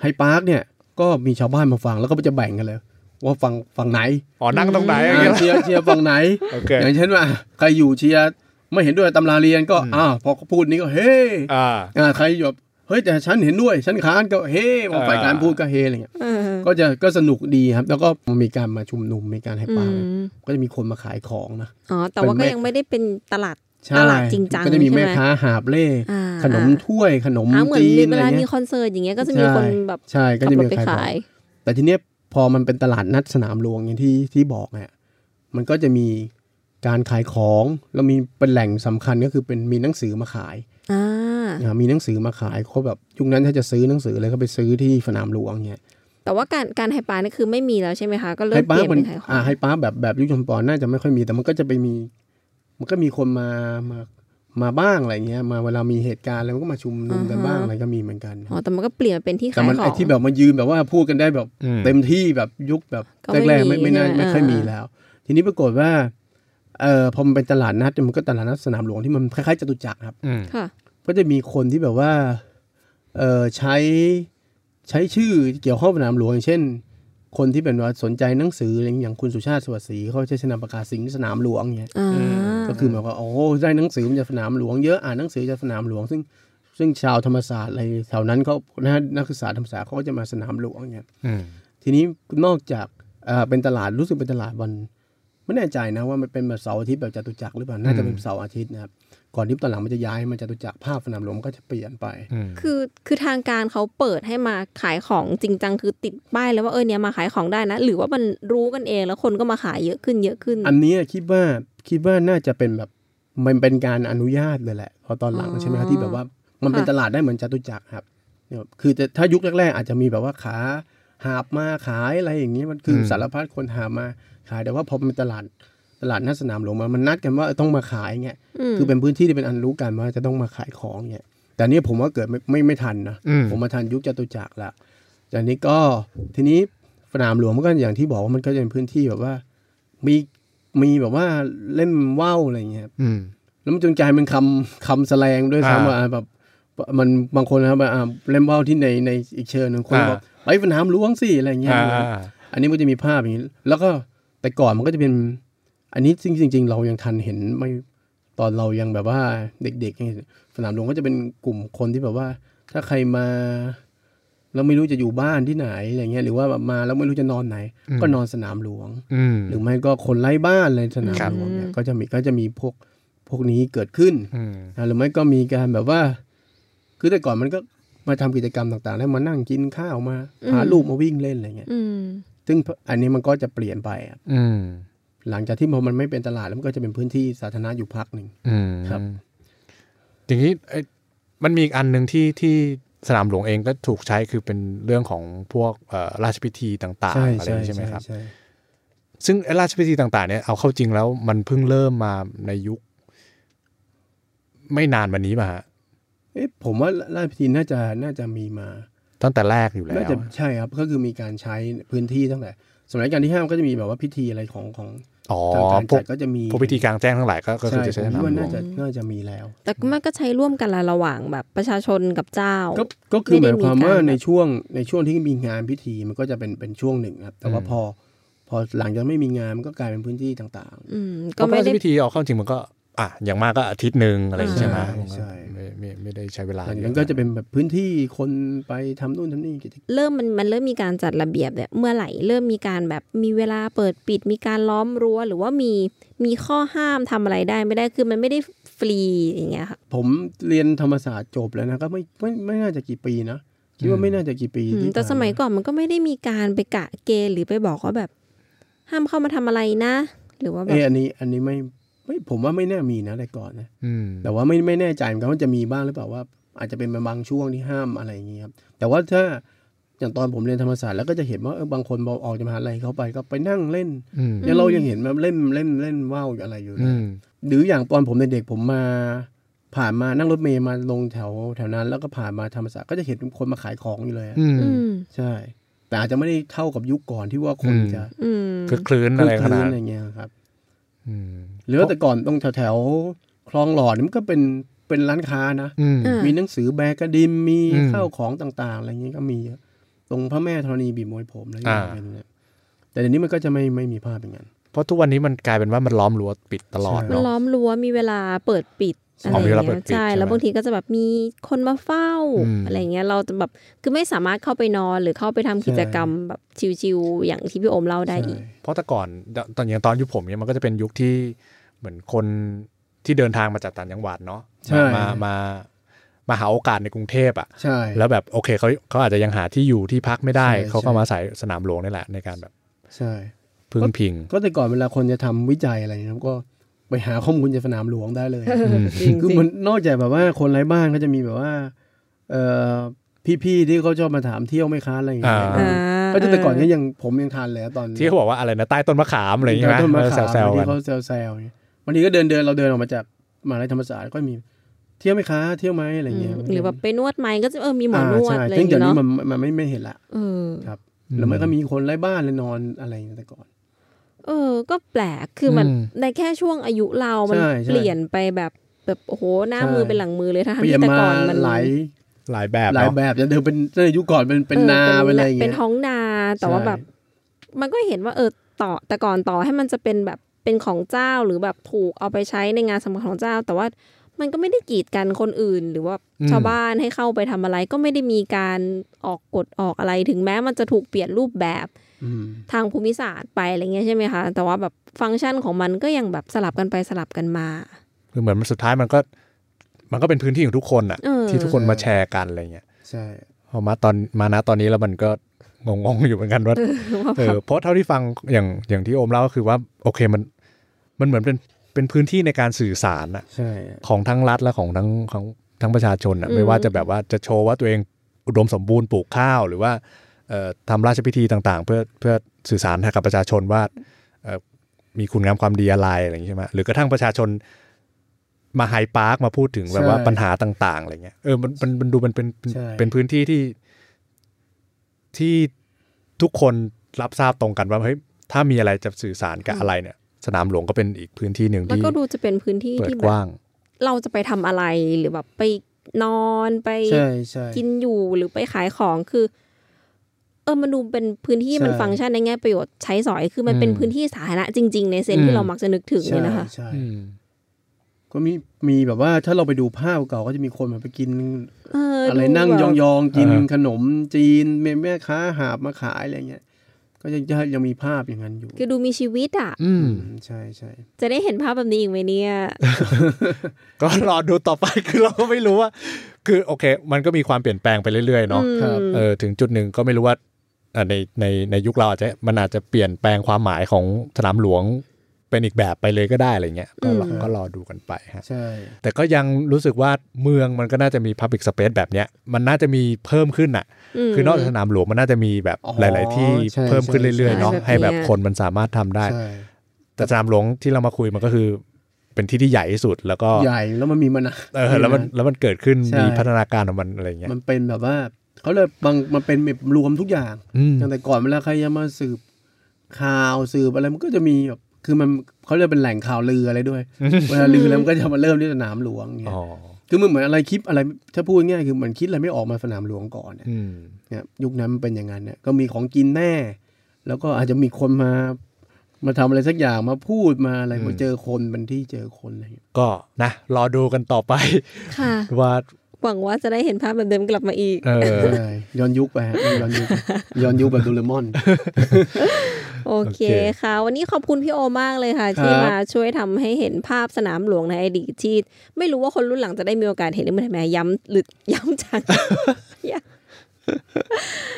ไฮปาร์คเนี่ยก็มีชาวบ้านมาฟังแล้วก็จะแบ่งกันเลยว่าฟังฝั่งไหน
อ๋อนั่งตรงไหนอะไรเงี้
อ่ะ
ย
เชียร์เชียร์ ฝั่งไหน
โอเค
อย่างเช่นว่าอ่ะใครอยู่เชียร์ไม่เห็นด้วยตำราเรียนก็
อืม
อ้าวพอเขาพูดนี้ก็เฮ้
อ่า
อ่าใครอยู่แบบเฮ้ยแต่ฉันเห็นด้วยฉันค้านก็เฮ้พอฝ่ายการพูดก็เฮอะไรเงี้ย
เออ
ก็จะก็สนุกดีครับ แล้วก็มีการมาชุมนุมมีการไฮ
อื
ปาร์คอะไร
ม
ก็จะมีคนมาขายของนะ
อ๋อแต่ว่า
เป็นแม่
ก็ยังไม่ได้เป็นตลาด
ใช่
ตลาดจริงจัง
ก็จะมี
ใช่ไหม
แม่ค้าหาบเล่
อ่า
ขนมถ้วยขนม
อ่าเหมือน
จี
มี
น
เว
อะไร
ลามี
เงี้ย
คอนเสิร์ตอย่างเงี้ยก็จะมีคนแบบ
ใช่ก็
ขับ
จะ
ร
มี
ถไป
ขายขอ
ขาย
งแต่ทีเนี้ยพอมันเป็นตลาดนัดสนามหลวงอย่างที่ที่บอกเนี่ยมันก็จะมีการขายของแล้วมีเป็นแหล่งสำคัญก็คือเป็นมีหนังสือมาขาย
อ่า
อ่ามีหนังสือมาขายเขาแบบยุคนั้นถ้าจะซื้อหนังสือเลยก็ไปซื้อที่สนามหลวงเนี่ย
แต่ว่าการการไฮปาร์คนี่คือไม่มีแล้วใช่ไหมคะ ก็เริ่
ไฮ
มเป
ปา
ลี่
ร์
ยน
มั
เป็น นขายของ
อ่าไฮปาร์แบบแบบยุคจอมปอนน่าจะไม่ค่อยมีแต่มันก็จะไปมี มันก็มีคนมามามาบ้างอะไรเงี้ยมาเวลามีเหตุการณ์อะไรมันก็มาชุมนุมกันบ้างอะไรก็มีเหมือนกัน
อ๋อแต่มันก็เปลี่ยนเป็นที่
แต่
ขาย
มัน
ขอ
ไอ้
ง
ที่แบบมายืนแบบว่าพูดกันได้แบบ
อืม
เต็มที่แบบยุคแบบ
ก็ไม่
แรกๆไม่
มี
ไม่น่า
ใช่ไหม
ไม่ค่อย
อ่ามี
มีแล้ว ทีนี้ปรากฏว่าเออพอมันเป็นตลาดนัดเนี่ยมันก็ตลาดนัดสนามหลวงที่มันคล้ายๆจตุจักรครับ
อืม
ค่ะ
ก็จะมีคนที่แบบว่าเออใช้ใช้ชื่อเกี่ยวข้องกับสนามหลวงอย่างเช่น คนที่เป็นว่าสนใจหนังสืออะไรอย่างอย่างคุณสุชาติสวัสดิ์ศรีเขาใช้ชนามปากกาสิงห์สนามหลวงเนี่ย
อ่า
ก็คือหมายความว่าโอ้ได้หนังสือมาจากสนามหลวงเยอะอ่านหนังสือจากสนามหลวง ซึ่งซึ่งชาวธรรมศาสตร์อะไรแถวนั้นเขานะนักศึกษาธรรมศาสตร์เขาก็จะมาสนามหลวงเนี่ย
อืม
ทีนี้นอกจากเอ่อเป็นตลาดรู้สึกเป็นตลาดวันไม่แน่ใจนะว่ามันเป็นแบบเสาร์อาทิตย์แบบจตุจักรหรือเปล่าน่าจะเป็นเสาร์อาทิตย์นะครับก่อนที่ตอนหลังมันจะย้ายมันจตุจักรภาพสนามหลวงมันก็จะเปลี่ยนไป
อืม
คือคือทางการเขาเปิดให้มาขายของจริงจังคือติดป้ายแล้วว่าเออเนี่ยมาขายของได้นะ หรือว่ามันรู้กันเองแล้วคนก็มาขายเยอะขึ้นเยอะขึ้น
อันเนี้ยคิดว่าคิดว่าน่าจะเป็นแบบมันเป็นการอนุญาตเลยแหละ พอตอนหลัง
อ๋อ
ใช่ไหมครับที่แบบว่ามันเป็น
ค่ะ
ตลาดได้เหมือนจตุจักรครับเนี่ยคือจะถ้ายุคแรกๆ อาจจะมีแบบว่าขาหาบมาขายอะไรอย่างเงี้ยมันคือสารพัดคนหามาขายแต่ว่าพอเป็นตลาดตลาดหน้าสนามหลวงมามันนัดกันว่าเออต้องมาขายเงี้ย
ม
คือเป็นพื้นที่ที่เป็นอันรู้กันว่าจะต้องมาขายของเงี้ยแต่อันเนี้ยผมว่าเกิดไม่ไม่ไม่ทันนะ
อืม
ผมมาทันยุคจตุจักรละจากนี้ก็ทีนี้สนามหลวงมันก็อย่างที่บอกว่ามันก็จะเป็นพื้นที่แบบว่า มีมีแบบว่าเล่นว่าวอะไรอย่างเงี้ยครับ
อืม
แล้วมันจนกลายเป็นคำคำแสลงด้วยซ้ำ
อ่า
ว่าอ่าแบบมันบางคนนะครับอ่าเล่นว่าวที่ในในอีกเชิญหนึ่งคน
อ่า
บอกไปสนามหลวงสิอะไรอย่างเงี้ย
อ่า
อันนี้มันก็จะมีภาพอย่างนี้ แล้วก็แต่ก่อนมันก็จะเป็น อันนี้จริงจริง ๆ เรายังทันเห็นไม่ตอนเรายังแบบว่าเด็กๆยังเห็นสนามหลวงก็จะเป็นกลุ่มคนที่แบบว่า ถ้าใครมาแล้วไม่รู้จะอยู่บ้านที่ไหนอะไรเงี้ยหรือว่าแบบมาแล้วไม่รู้จะนอนไหน ก็นอนสนามหลวง
อืม
หรือไม่ก็คนไร้บ้านเลยสนาม
ครับ
หลวงเนี่ยก็จะมีก็จะมีพวกพวกนี้เกิดขึ้น
อืม
นะหรือไม่ก็มีการแบบว่า คือแต่ก่อนมันก็มาทำกิจกรรมต่างๆ แล้วมานั่งกินข้าวมาพาลูกมาวิ่งเล่นอะไรเงี้ย
อืม
ซึ่งอันนี้มันก็จะเปลี่ยนไปอะ
อืม
หลังจากที่พอมันไม่เป็นตลาดแล้วมันก็จะเป็นพื้นที่สาธารณะอยู่พักหนึ่ง
อืม
ครับ
อย่างนี้เอ้ยมันมีอีกอันหนึ่งที่ที่สนามหลวงเองก็ถูกใช้คือเป็นเรื่องของพวกเอ่อราชพิธีต่างๆอะไรอย่างนี้ใช่ไหมครับ
ใช่
ซึ่งไอ้ราชพิธีต่างๆเนี่ยเอาเข้าจริงแล้วมันเพิ่งเริ่มมาในยุค ไม่นานมานี้มาฮะ
เอ๊ะผมว่าราชพิธีน่าจะน่าจะมีมา
ตั้งแต่แรกอยู่แล้ว
น่าจะใช่ครับ ก็คือมีการใช้พื้นที่ตั้งแต่สมัยรัชการที่ห้ามันก็จะมีแบบว่าพิธีอะไรของของ
อ๋อ
ทางการ
พว
จั
ก
ดก็จะมี
พวกพิธีกลางแจ้งทั้งหลายก็ก็คือจะใช้ส
ผม
นามห
ว่า
ลว
น่าง จะน่าจะมีแล้ว
แต่ก็มันก็ใช้ร่วมกันละระหว่างแบบประชาชนกับเจ้า
ก็ก็คือห
ไม่
มา
ได้
ย
มี
ความว่า
การแบบ
ในช่วงในช่วงที่มีงานพิธีมันก็จะเป็นเป็นช่วงหนึ่งครับ แต่ว่าพอพอหลังจากไม่มีงานมันก็กลายเป็นพื้นที่ต่าง
อืม
ก็
ก็
ไม่
ไม่
ได้
ได้
พิธีเอาเข้าจริงมันก็ อ่ะอย่างมากก็อาทิตย์หนึ่งอะไรอย่างนี้ใช่ไหม
ใช่ใช่
ไม่ไม่ไม่ได้ใช้เวลา
ๆหลังจากนั้นก็จะเป็นแบบพื้นที่คนไปทำนู่นทำนี่กิจกรรม
เริ่มมันมันเริ่มมีการจัดระเบียบเนี่ยเมื่อไหร่เริ่มมีการแบบมีเวลาเปิดปิด มีการล้อมรั้วหรือว่ามีมีข้อห้ามทำอะไรได้ไม่ได้คือมันไม่ได้ฟรีอย่างเงี้ยค่ะ
ผมเรียนธรรมศาสตร์จบแล้วนะก็ไม่ไม่ไม่น่าจะกี่ปีนะคิดว่าไม่น่าจะกี่ปี
อืม
ที่
แต่สมัย
ผ่านา
ก่อนมันก็ไม่ได้มีการไปกะเกณฑ์หรือไปบอกว่าแบบ ห้ามเข้ามาทำอะไรนะ หรือว่าแบ
เอบ ออันนี้อันนี้ไม่ไม่ผมว่าไม่น่ามีนะแต่ก่อนนะ
อืม
แต่ว่าไม่ไม่แน่ใจเหมือนกันว่าจะมีบ้างหรือเปล่าว่า อาจจะเป็นบางช่วงที่ห้ามอะไรอย่างนี้ครับแต่ว่าถ้า อย่างตอนผมเรียนธรรมศาสตร์แล้วก็จะเห็นว่าเออบางคนบอกออกจากมหาลัยเขาไปก็ไปนั่งเล่น
อืม
อย่างเรายังเห็นแบบเล่นเล่นเล่นว่าวอะไรอยู่เล
อื
ย
ม
หรืออย่างตอนผมเด็กๆผมมา ผ่านมานั่งรถเมย์มาลงแถวแถวนั้น แล้วก็ผ่านมาธรรมศาสตร์ก็จะเห็นคนมาขายของอยู่เลยอะ
อืม
อืม
ใช่ แต่อาจจะไม่ได้เท่ากับยุคก่อนที่ว่าคน
อืม
จะ
อืม
คือคลื้น
ค
อะไร
ก
ข
คื
นาด
นอะ
นั้
ไร
น
เงี้ยครับ
อืม
หรือว่าแต่ก่อนตรงแถวแถวๆคลองหลอดนี่มันก็เป็นเป็นร้านค้านะ
อืม
ามี
มีหนังสือแบกกระดิมมี
อืม
ข้าวของต่างๆ อะไรเงี้ยก็มีเยอะตรงพระแม่ธรณีบีบมวยผมอะไรเงี้ย
อ่า
เป็นเนี่ยแต่เดี๋ยวนี้มันก็จะไม่ไม่มีภาพอย่างนั้น
เพราะทุกวันนี้มันกลายเป็นว่ามันล้อมรั้วปิดตลอด
มัน
เนาะ
ล้อมรั้วมีเวลาเปิดปิด
อ๋ออ
อะไรอ
มีเวลา
ย่าง
เปิด
เงี้ย
ปิด
ใช่
ใช่ไหม
แล้วบางทีก็จะแบบมีคนมาเฝ้า
อืม
อะไรเงี้ยเราจะแบบคือไม่สามารถเข้าไปนอนหรือเข้าไปทำกิจกรรมแบบชิวๆอย่างที่พี่โอมเล่าได้อีก
ใช่
เพราะแต่ก่อนตอนอย่างตอนยุคผมเนี่ยมันก็จะเป็นยุคที่เหมือนคนที่เดินทางมาจากต่างจังหวัดเนาะ
ใช่
มามามาหาโอกาสในกรุงเทพอ่ะ
ใช่
แล้วแบบโอเคเขาเขาอาจจะยังหาที่อยู่ที่พักไม่ได้
ใช่
เขาก็
ใช่
มาอาศัยสนามหลวงนี่แหละในการแบบ
ใช่
พึ่งพิง
ก็แต่ก่อนเวลาคนจะทำวิจัยอะไรนะครับก็ไปหาข้อมูลจากสนามหลวงได้เลย
จริงๆ
คือมันนอกจากแบบว่าคนไร้บ้านก็จะมีแบบว่า เอ่อพี่ๆที่เขาชอบมาถามเที่ยวไหม่ค้าอะไรอย่างเงี้ย
อ่า
ก็จะแต่ก่อนก็ยังผมยังทานเลยอะตอน
ที่เขาบอกว่าอะไรนะใต้ต้นมะขามอะไรอย่างเงี้ย
ต้นมะ
เออ
ขาม
แซวๆกั
ที่
น
เขาแซวๆอย่างเงี้ยวันนี้ก็เดินเดินเราเดินออกมาจากมหาลัยธรรมศาสตร์ก็มีเที่ยวไหมคะเที่ยวไหมอะไร
อื
เงี้
ม
ย
หรือแบบไปนวดไหมก็จะเออมีหมอนว
า
ด
ใช่
อะไรอ
ซึ่ง
ย่าง
เดี๋ยวย
เงี้
นี้
เนาะ
มันมันไม่ไม่เห็นละ
เออ
แล้วมันก็มีคนไร้บ้านเลยนอนอะไรอย่างเงี้ยแต่ก่อน
เออ ก็แปลก คือมัน
อืม
ในแค่ช่วงอายุเรา มัน
ใช่ใช่
เปลี่ยนไปแบบแบบโอ้โห หน้า
ใช่
มือเป็นหลังมือเลยทั้ง
เปลี่ย
ที่
น
แต่
มา
ก่อนมัน
หลาย
หลายแบบ
หลาย
เนาะ
แบบจะเดิมเป็นในยุคก่อนเป็นเป็น
ออ
นาเป็นอะไรอย่าง
เป็
เงี้
น
ย
ท้องนา แต่ว่า
ใช่
แบบ มันก็เห็นว่าเออต่อแต่ก่อนต่อให้มันจะเป็นแบบเป็นของเจ้าหรือแบบถูกเอาไปใช้ในงานสำคัญของเจ้า แต่ว่ามันก็ไม่ได้กีดกันคนอื่น หรือว่า
อืม
ชาวบ้านให้เข้าไปทำอะไร ก็ไม่ได้มีการออกกฎออกอะไรถึงแม้มันจะถูกเปลี่ยนรูปแบบ
อืม
ทางภูมิศาสตร์ไปอะไรเงี้ยใช่ไหมคะ แต่ว่าแบบฟังก์ชันของมันก็ยังแบบสลับกันไปสลับกันมา
คือเหมือนมันสุดท้ายมันก็ มันก็เป็นพื้นที่ของทุกคนอ่ะ
เออ
ที่ทุกคนมาแชร์กันอะไรเงี้ย
ใช่
พอมาตอนมานะตอนนี้แล้วมันก็งงๆอยู่เหมือนกันว่า
ว่า
เอ
แบบ
อเพราะเท่าที่ฟังอย่างอย่างที่โอมเล่าก็คือว่าโอเคมันมันเหมือนเป็นเป็นพื้นที่ในการสื่อสารอะ
ใช่
ของทั้งรัฐและของทั้งของทั้งประชาชนอะ
อืม
ไม่ว่าจะแบบว่าจะโชว์ว่าตัวเองอุดมสมบูรณ์ปลูกข้าวหรือว่าเอ่อทำราชพิธีต่างๆ เพื่อเพื่อสื่อสารให้กับประชาชนว่าเอ่อมีคุณงามความดีอะไรอะไรอย่างนี้ใช่ไหมหรือกระทั่งประชาชนมาไฮพาร์คมาพูดถึงแบบว่าปัญหาต่าง ๆอะไรเงี้ยเออมันมันมันดูมันเป็นเป็น
ใช่
เป็นพื้นที่ที่ ที่ทุกคนรับทราบตรงกันว่าเฮ้ยถ้ามีอะไรจะสื่อสารกับอะไรเนี่ย สนามหลวงก็เป็นอีกพื้นที่หนึ่ง
มัน
ที่
ก็ดูจะเป็นพื้นที่
เปิด
ที่แบ
ก
บ
ว้าง
เราจะไปทำอะไรหรือแบบไปนอนไป
ใช่ใช่
กินอยู่หรือไปขายของคือ เออมันดูเป็นพื้นที่
ใช่
มันฟังก์ชันในแง่ประโยชน์ใช้สอยคือมันเป็น
อืม
พื้นที่สาธารณะจริง ๆ ในเซน
อืม
ที่เรามักจะนึกถึงเลยนะคะ
ใช่
อืม
ก็มีมีแบบว่าถ้าเราไปดูภาพเก่าก็จะมีคนมาไปกิน
เออ
อะไร
ดู
นั่ง
แบบ
ยองๆ กินขนมจีนแม่แม่ค้าหาบมาขายอะไรเงี้ยก็ยังยังยังมีภาพอย่างนั้นอยู่
คือดูมีชีวิตอ่ะ
อืม
อืมใช่ใช่
จะได้เห็นภาพแบบนี้อีกไหม เนี่ย
ก็รอดูต่อไป คือเราก็ไม่รู้ว่า คือโอเค มันก็มีความเปลี่ยนแปลงไปเรื่อยๆเนาะ
อืม
ครับ
เออถึงจุดหนึ่งก็ไม่รู้ว่าเอ่อในในในยุคเราอาจจะมันอาจจะเปลี่ยนแปลงความหมายของสนามหลวงเป็นอีกแบบไปเลยก็ได้อะไรเงี้ยก็รอ
อืม
ก็รอดูกันไปฮะ
ใช่
แต่ก็ยังรู้สึกว่าเมืองมันก็น่าจะมี Public Space แบบเนี้ย มันน่าจะมีเพิ่มขึ้นอ่ะ
ม
คือนอกจากสนามหลวงมันน่าจะมีแบบ
อ๋อ
หลาย ๆ ที่
ใช่
เพิ่มขึ้นเรื่อย ๆ
ใช่
เนาะ
แบบ
ให้แบบ
เนี้ย
คนมันสามารถทำได้
ใช่
แต่สนามหลวงที่เรามาคุยมันก็คือ เป็นที่ที่ใหญ่ที่สุดแล้วก็
ใหญ่แล้วมันมีมานาน
เออแล้วมันแล้วมันเกิดขึ้น
ใช่
มีพัฒนาการของมันอะไรเงี้ย
มันเป็นแบบว่าเขาเลยบางมันเป็นแบบรวมทุกอย่าง
อืม
อย่างแต่ก่อนเวลาใครจะมาสืบข่าวสืบอะไรมันก็จะมีแบบคือมันเขาเรียกเป็นแหล่งข่าวลืออะไร ด้วย เวลาลือแล้วมันก็จะมาเริ่มที่สนามหลวงเนี่ย
อ๋อ
คือมันเหมือนอะไรคลิปอะไรถ้าพูดง่ายๆคือเหมือนคิดอะไรไม่ออกมาสนามหลวงก่อนเนี่ย
อืม
เนี่ยยุคนั้นมันเป็นอย่างนั้นเนี่ยก็มีของกินแน่ แล้วก็อาจจะมีคนมา มาทำอะไรสักอย่างมาพูดมาอะไรมาเจอคนเป็นที่เจอคนอะไรอย่างเงี้ย
ก็นะรอดูกันต่อไป
ค่ะ
ว่า
หวังว่าจะได้เห็นภาพแบบเดิมกลับมาอีก
เออ
ใช่ย้อนยุคไปฮะย้อนยุคย้อนยุคแบบดูเลมอน
โอ
โอ
เค
เค
ค่ะ วันนี้ขอบคุณพี่โอมากเลยค่ะ
ครับ
ที่มาช่วยทำให้เห็นภาพสนามหลวงในอดีตที่ไม่รู้ว่าคนรุ่นหลังจะได้มีโอกาสเห็นหรือไม่ย้ำหรือ ย้ำจัง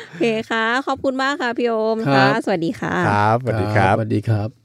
โอเคค่ะ ขอบคุณมากค่ะพี่โอมค่ะ สวัสดีค่ะ
ครับสวัสดีครับ
สวัสดีครับ